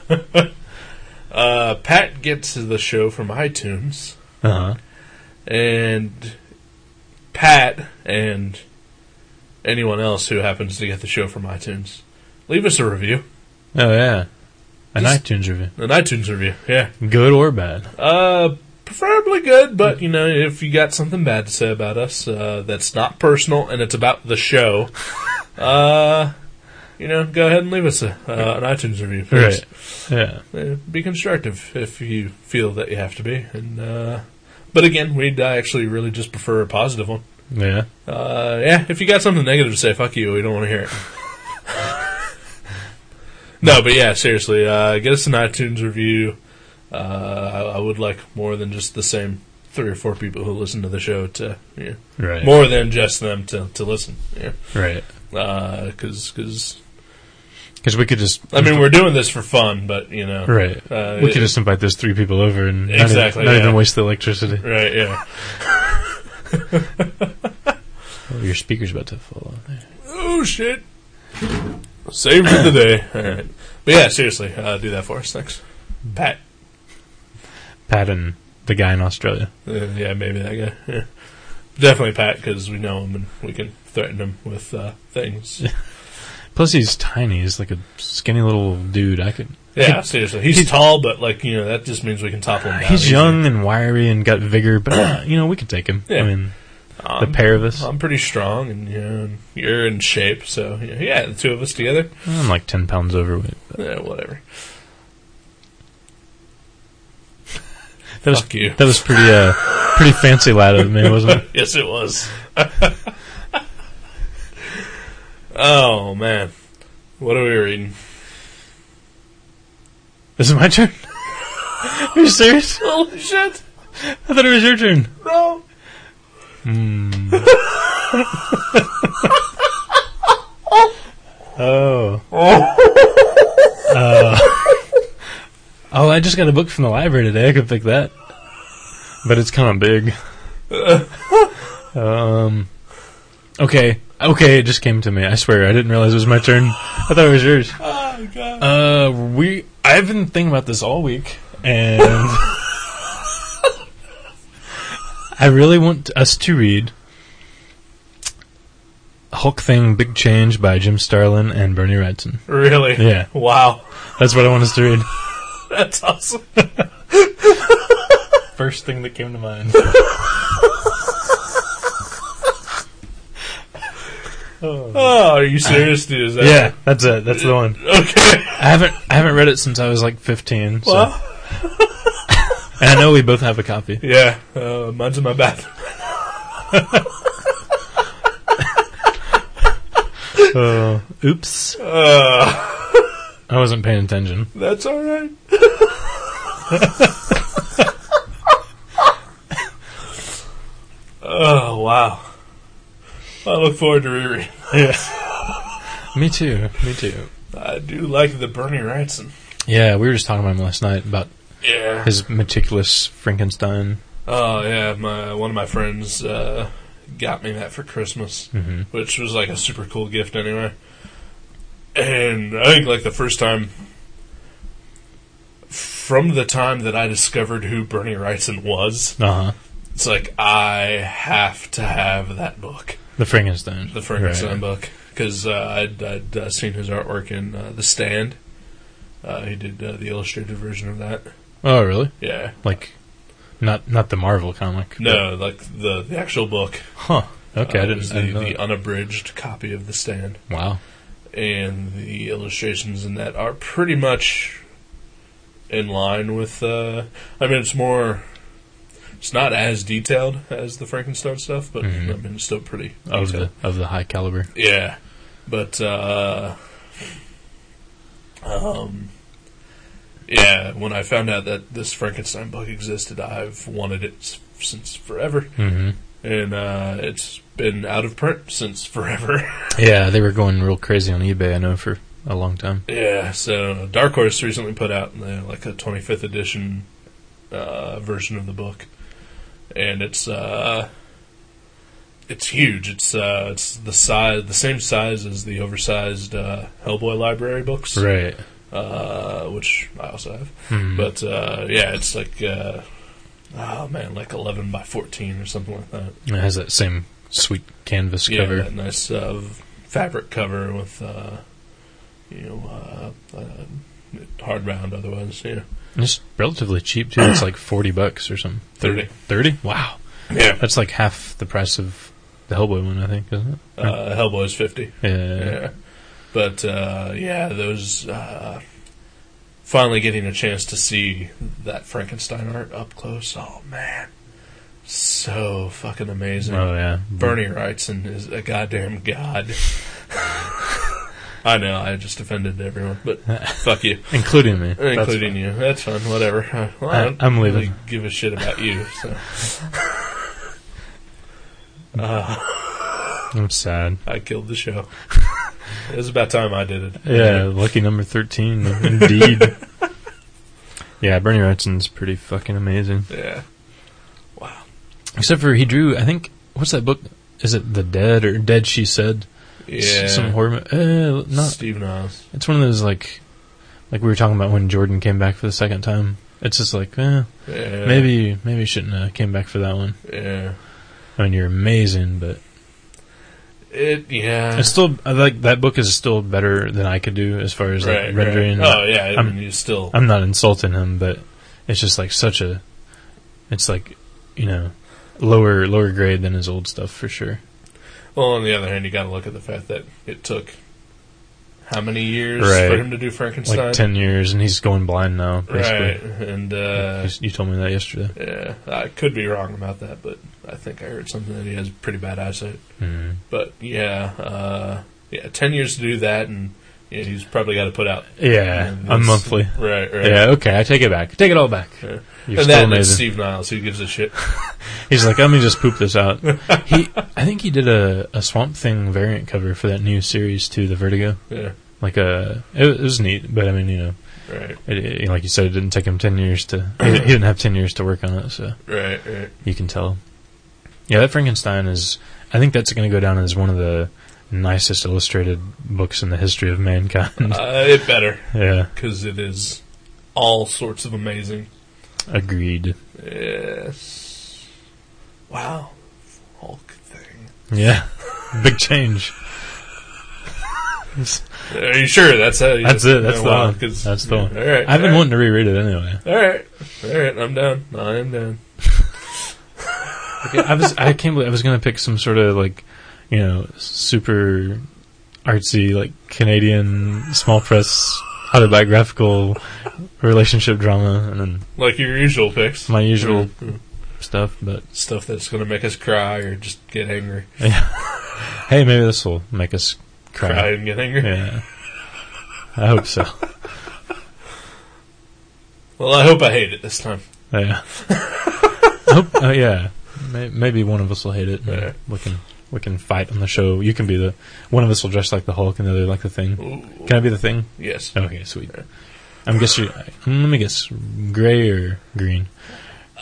uh, Pat gets the show from iTunes, Uh huh. and Pat and anyone else who happens to get the show from iTunes, leave us a review, Oh yeah. An Just- iTunes review, an iTunes review. Yeah, good or bad. uh, preferably good, but you know, if you got something bad to say about us uh, that's not personal and it's about the show, uh, you know, go ahead and leave us a, uh, an iTunes review, please. Right. Yeah. uh, be constructive if you feel that you have to be. And uh, but again, we'd I actually really just prefer a positive one. Yeah. Uh, yeah, if you got something negative to say, fuck you. We don't want to hear it. no, but yeah, seriously, uh, get us an iTunes review. Uh, I, I would like more than just the same three or four people who listen to the show to yeah, Right. more than just them to to listen. Yeah, Right. because because Because we could just. I mean we're doing this for fun, but you know, Right. Uh, we could just invite those three people over and not Exactly, even, not yeah. even waste the electricity. right? Yeah. Oh, your speaker's about to fall on there. Oh shit! Saved it today. All right, but yeah, seriously, uh, do that for us. Thanks, Pat. Pat and the guy in Australia. Uh, yeah, maybe that guy. Yeah. Definitely Pat because we know him and we can threaten him with uh, things. Plus, he's tiny. He's like a skinny little dude. I could. Yeah, seriously, he's tall, but like you know, that just means we can topple him. Down He's easily. young and wiry and got vigor, but uh, you know we could take him. Yeah. I mean, I'm, the pair of us. I'm pretty strong, and you know, and you're in shape, so you know, yeah, the two of us together, I'm like ten pounds overweight. But yeah, whatever. that was Fuck you. that was pretty uh pretty fancy lad of me, wasn't it? Yes, it was. oh man, what are we reading? This is my turn. Are you serious? Holy shit! I thought it was your turn. No. Oh. oh, I just got a book from the library today. I could pick that. But it's kind of big. um, okay. Okay, it just came to me. I swear, I didn't realize it was my turn. I thought it was yours. Oh god. Uh, we. I've been thinking about this all week, and I really want us to read Hulk Thing: Big Change by Jim Starlin and Bernie Wrightson. really? Yeah. Wow. That's what I want us to read. That's awesome. first thing that came to mind. Oh, are you serious, dude? Is that yeah, that's it. That's the one. Okay. I haven't I haven't read it since I was like 15. So. Well. and I know we both have a copy. Yeah. Uh, mine's in my bathroom. Uh, oops, Uh, I wasn't paying attention. that's all right. oh wow! I look forward to rereading. Yeah. me too. Me too. I do like the Bernie Wrightson. Yeah, we were just talking about him last night about Yeah. his meticulous Frankenstein. Oh yeah, my one of my friends uh, got me that for Christmas, Mhm. which was like a super cool gift anyway. And I think like the first time, from the time that I discovered who Bernie Wrightson was, Uh huh. it's like I have to have that book, The Frankenstein. the Frankenstein Right. book, because uh, I'd, I'd uh, seen his artwork in uh, The Stand. Uh, he did uh, the illustrated version of that. Oh, really? Yeah, Like, not not the Marvel comic. no, like the the actual book. but- Huh. Okay, Uh, I it didn't, was I the, didn't know. the that. unabridged copy of The Stand, wow. and the illustrations in that are pretty much in line with. Uh, I mean, it's more. It's not as detailed as the Frankenstein stuff, but Mhm. I mean, it's still pretty. Of detailed. the of the high caliber. Yeah, but uh, um, yeah. When I found out that this Frankenstein book existed, I've wanted it s- since forever, hmm and uh, it's been out of print since forever. Yeah, they were going real crazy on eBay. I know for a long time. Yeah, so Dark Horse recently put out the, like a 25th edition uh, version of the book, and it's uh, it's huge. It's uh, it's the size, the same size as the oversized uh, Hellboy library books, Right. uh, which I also have. Mhm. But uh, yeah, it's like uh, oh man, like 11 by 14 or something like that. it has that same sweet canvas Yeah, cover. that nice uh, v- fabric cover with uh, you know uh, uh, hard round. Otherwise, yeah, And It's relatively cheap too. It's like forty bucks or something. 30. Thirty? Wow, yeah. that's like half the price of the Hellboy one, I think, isn't it? Uh, Hellboy's fifty. Yeah. Yeah, but uh, yeah, those uh, finally getting a chance to see that Frankenstein art up close. Oh man, so fucking amazing. Oh yeah. Bernie Wrightson is a goddamn god. I know, I just offended everyone, but fuck you. including me, That's including fine. you. That's fine. Whatever. Uh, well, I I- don't I'm really leaving. give a shit about you. So I'm sad. I killed the show. it was about time I did it. Yeah, lucky number thirteen, indeed. yeah, Bernie Wrightson's pretty fucking amazing. Yeah. Except for he drew, I think, what's that book? Is it The Dead or Dead She Said? S- Yeah. some horror. mo- Uh, not. Steve Niles. It's one of those like, like we were talking about when Jordan came back for the second time. It's just like, eh, Yeah. Maybe maybe you shouldn't have came back for that one. Yeah. I mean, you're amazing, but It. Yeah. it's still I like that book is still better than I could do as far as like right, rendering. right. Oh yeah. I I'm- mean, you still. I'm not insulting him, but it's just like such a, it's like you know, lower lower grade than his old stuff for sure. well, on the other hand, you got to look at the fact that it took how many years Right. for him to do Frankenstein. Like ten years, and he's going blind now. Right. Basically, And. uh You- you told me that yesterday. yeah, I could be wrong about that, but I think I heard something that he has pretty bad eyesight. Mm. But yeah, uh, yeah, ten years to do that, and yeah, he's probably got to put out Yeah, you know, a this- monthly. right, right. Yeah, okay, I take it back. Take it all back. Yeah. You're and still that and it's amazing. Steve Niles, who gives a shit. He's like, let me just poop this out. He, I think he did a, a Swamp Thing variant cover for that new series too, the Vertigo. Yeah, Like a, it, was- it was neat, but I mean, you know, right, it, it- like you said, it didn't take him ten years to. He, didn't- he didn't have ten years to work on it, so right, right. you can tell. Yeah, that Frankenstein is. I think that's going to go down as one of the nicest illustrated books in the history of mankind. Uh, it better yeah, because it is all sorts of amazing. agreed. Yes. Wow, Hulk thing. Yeah, big change. That's Are you sure that's how? You that's it. That's Yeah, the wow, one. 'cause- That's the one. All right, I've all been right, wanting to reread it anyway. All right, all right. I'm down. I am down. Okay, I was I can't believe I was gonna pick some sort of like you know super artsy like Canadian small press autobiographical relationship drama and then Like your usual picks. Mm-hmm. my usual stuff. But Stuff that's going to make us cry or just get angry. hey, maybe this will make us cry. Cry and get angry. Yeah, I hope so. Well, I hope I hate it this time. Yeah. I hope, oh yeah. May, maybe one of us will hate it. and Yeah. We can we can fight on the show. You can be the one of us will dress like the Hulk and the other like the Thing. Ooh. Can I be the Thing? Yes. Okay, sweet. Yeah. I'm guess you. mm, Let me guess. Gray or green?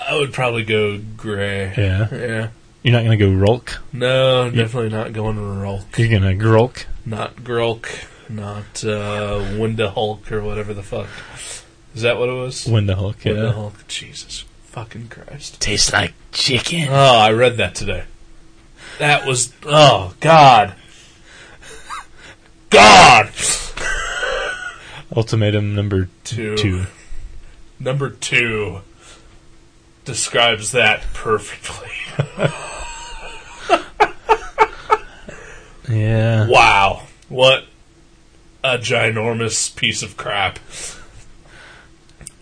I would probably go gray. Yeah. Yeah. You're not gonna go Rolk. No, definitely not going Rolk. You're gonna Grolk. Not Grolk. Not uh, Winda Hulk or whatever the fuck. Is that what it was? Win the Hulk. Winda Yeah. Hulk. Jesus fucking Christ. Tastes like chicken. Oh, I read that today. That was oh god, God. Ultimatum number Two. two. Number two describes that perfectly. Yeah. Wow, what a ginormous piece of crap!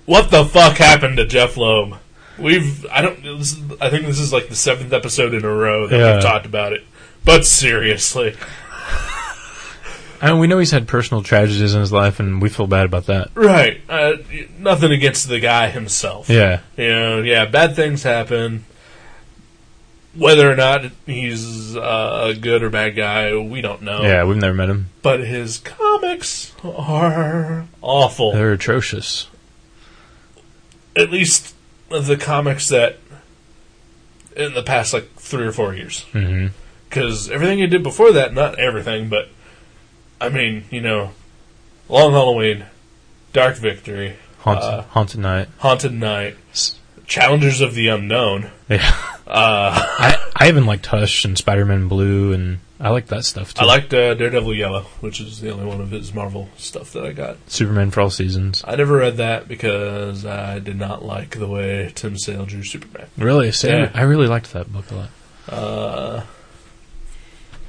What the fuck happened to Jeff Loeb? We've I don't this is- I think this is like the seventh episode in a row that Yeah. we've talked about it. But seriously, I mean, we know he's had personal tragedies in his life, and we feel bad about that. right? Uh, nothing against the guy himself. Yeah. You know, yeah, bad things happen. Whether or not he's uh, a good or bad guy, we don't know. Yeah. We've never met him. But his comics are awful. They're atrocious. At least the comics that in the past like three or four years. hmm Because everything he did before that, not everything, but I mean, you know, Long Halloween, Dark Victory, Haunted, Uh, Haunted Night. Haunted Night, S- Challengers of the Unknown. Yeah. Uh, I, I even liked Hush and Spider Man Blue, and I like that stuff too. I liked uh, Daredevil Yellow, which is the only one of his Marvel stuff that I got. Superman for All Seasons. I never read that because I did not like the way Tim Sale drew Superman. Really? Sam, Yeah. I really liked that book a lot. Uh,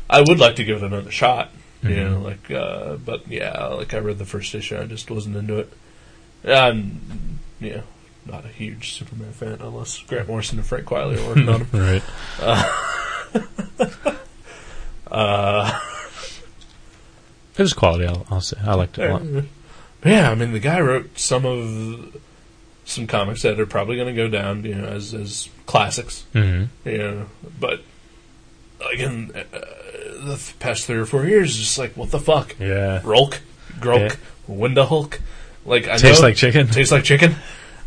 I would like to give it another shot, you Mhm. know, like, uh, but yeah, like I read the first issue, I just wasn't into it. I'm, yeah, not a huge Superman fan unless Grant Morrison and Frank Wiley are working on him. right. Uh, It was quality, I'll, I'll say. I liked it a lot. uh, yeah, I mean, the guy wrote some of some comics that are probably going to go down, you know, as as classics. hmm Yeah, but again, uh, the th- past three or four years, it's just like what the fuck, Yeah. Rolk, Grolk, Winda Hulk, like I Tastes know, like chicken. tastes like chicken.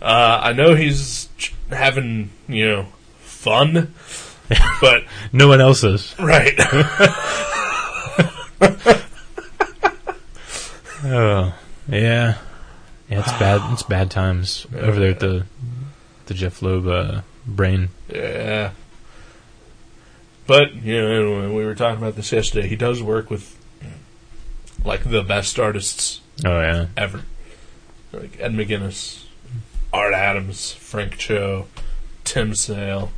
Uh, I know he's ch- having you know fun, but no one else's. right, Oh. Yeah. Yeah, it's bad. It's bad times over there at the the Jeff Loeb uh, brain. yeah. But you know, anyway, we were talking about this yesterday. He does work with like the best artists Oh yeah. ever. Like Ed McGuinness, Art Adams, Frank Cho, Tim Sale,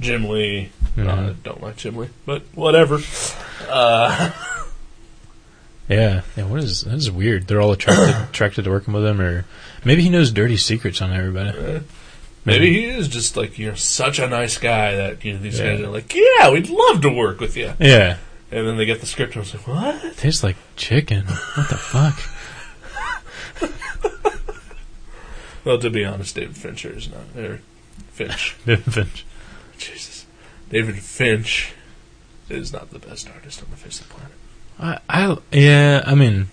Jim Lee. Mhm. Uh, I don't like Jim Lee, but whatever. Uh, Yeah. Yeah. What is that? Is weird. They're all attracted attracted to working with him, or maybe he knows dirty secrets on everybody. Mhm. maybe he is just like you're such a nice guy that you know these Yeah. guys are like, yeah, we'd love to work with you. Yeah. And then they get the script and I was like, what? Tastes like chicken. What the fuck? Well, to be honest, David Fincher is not or Finch. Finch. Jesus, David Finch is not the best artist on the face of the planet. I, I yeah, I mean,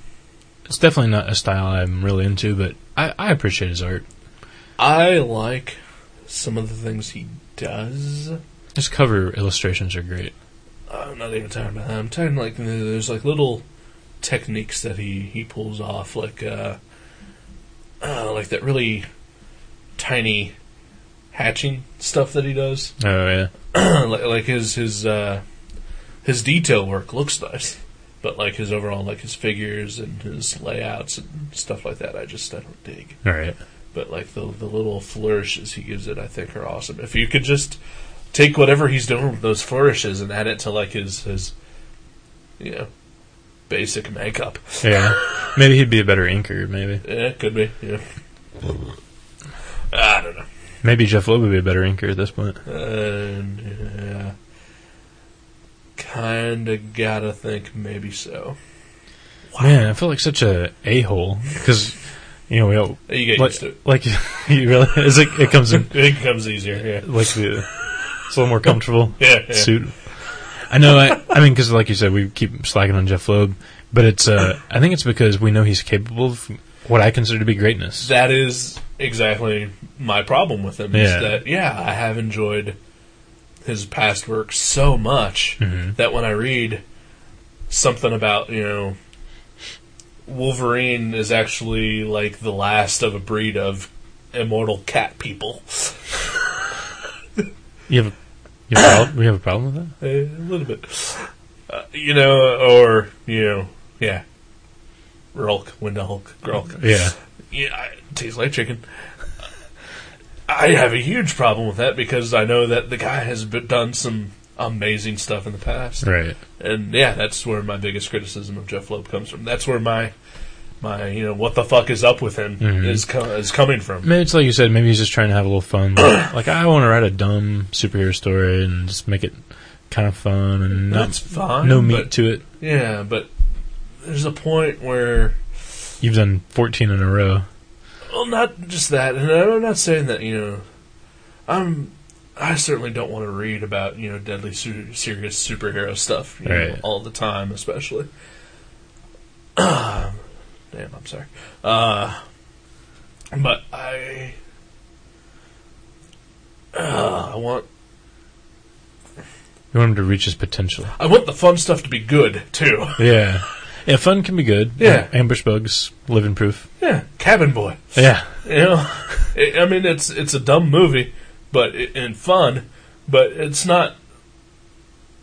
it's definitely not a style I'm really into, but I, I appreciate his art. I like some of the things he does. His cover illustrations are great. I'm not even talking about that. I'm talking Um, like th- there's like little techniques that he he pulls off, like uh, uh like that really tiny hatching stuff that he does. Oh yeah, like, like his his uh his detail work looks nice, but like his overall like his figures and his layouts and stuff like that, I just I don't dig all right. but like the the little flourishes he gives it, I think are awesome. If you could just take whatever he's doing with those flourishes and add it to like his his you know basic makeup. Yeah. Maybe he'd be a better inker, maybe. Yeah, could be. Yeah. I don't know. Maybe Jeff Loeb would be a better inker at this point. And, yeah. Kinda gotta think maybe so. Man, I feel like such a a hole because you know we all You get like, used to it. like you really is it, it comes in It becomes easier. Yeah. like the it's a little more comfortable Yeah. yeah. suit. I know. I, I mean, because like you said, we keep slacking on Jeff Loeb, but it's uh, I think it's because we know he's capable of what I consider to be greatness. That is exactly my problem with him. Yeah. Is that yeah, I have enjoyed his past work so much Mhm. that when I read something about you know Wolverine is actually like the last of a breed of immortal cat people. You have, you have a prob- we have a problem with that. a little bit. Uh, you know, or, you know, yeah. Rolk, Winda Hulk, Grolk. Yeah, Yeah, I- tastes like chicken. I have a huge problem with that because I know that the guy has b- done some amazing stuff in the past. right. And yeah, that's where my biggest criticism of Jeff Loeb comes from. That's where my, my you know, what the fuck is up with him Mhm. is, co- is coming from. Maybe it's like you said. Maybe he's just trying to have a little fun. Like, like, I want to write a dumb superhero story and just make it kind of fun and not, That's fine. no meat but- to it. Yeah, but there's a point where You've done 14 in a row. Well, not just that, and I'm not saying that you know, I'm. I certainly don't want to read about you know deadly su- serious superhero stuff you know, Right. all the time, especially. Um, Damn, I'm sorry. Uh, but I, uh, I want You want him to reach his potential. I want the fun stuff to be good too. Yeah. Yeah, fun can be good. Yeah. Am- Ambush bugs, living proof. Yeah, Cabin Boy. Yeah. You know, I I mean, it's it's a dumb movie, but it, and fun, but it's not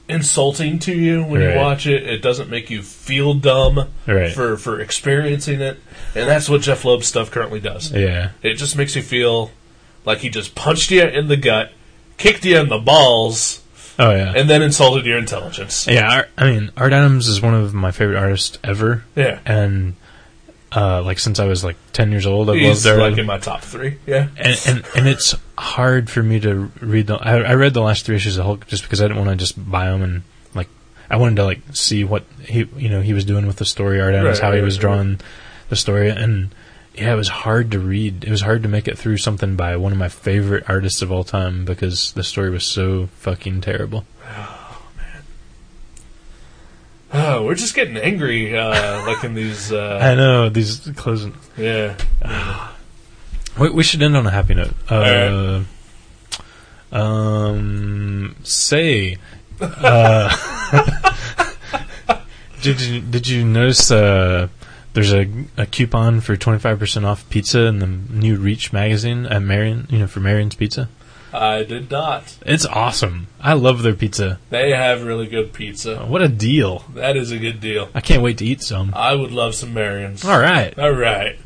insulting to you when Right. you watch it. It doesn't make you feel dumb Right. for for experiencing it, and that's what Jeff Loeb's stuff currently does. Yeah. It just makes you feel like he just punched you in the gut, kicked you in the balls, Oh, yeah. and then insulted your intelligence. yeah, Ar- I mean, Art Adams is one of my favorite artists ever. Yeah. And, uh, like, since I was, like, 10 years old, I've He's loved Art like in Adams. my top three. Yeah, And, and, and it's hard for me to read the. I, I read the last three issues of Hulk just because I didn't want to just buy them and, like, I wanted to, like, see what he, you know, he was doing with the story, Art Adams, Right, how he right, was right. drawing the story. And, yeah, it was hard to read. It was hard to make it through something by one of my favorite artists of all time because the story was so fucking terrible. oh, we're just getting angry, uh, like in these. Uh, I know these closing. yeah, We, we should end on a happy note. Uh, All Um, say, uh, did you did you notice uh, there's a, a coupon for twenty five percent off pizza in the new Reach magazine at Marion? You know, for Marion's Pizza. I did not. It's awesome. I love their pizza. They have really good pizza. What a deal! That is a good deal. I can't wait to eat some. I would love some Marions. All right. All right.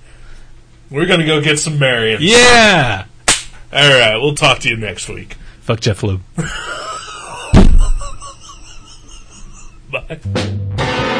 We're going to go get some Marions. Yeah. All right. We'll talk to you next week. Fuck Jeff Loeb. Bye.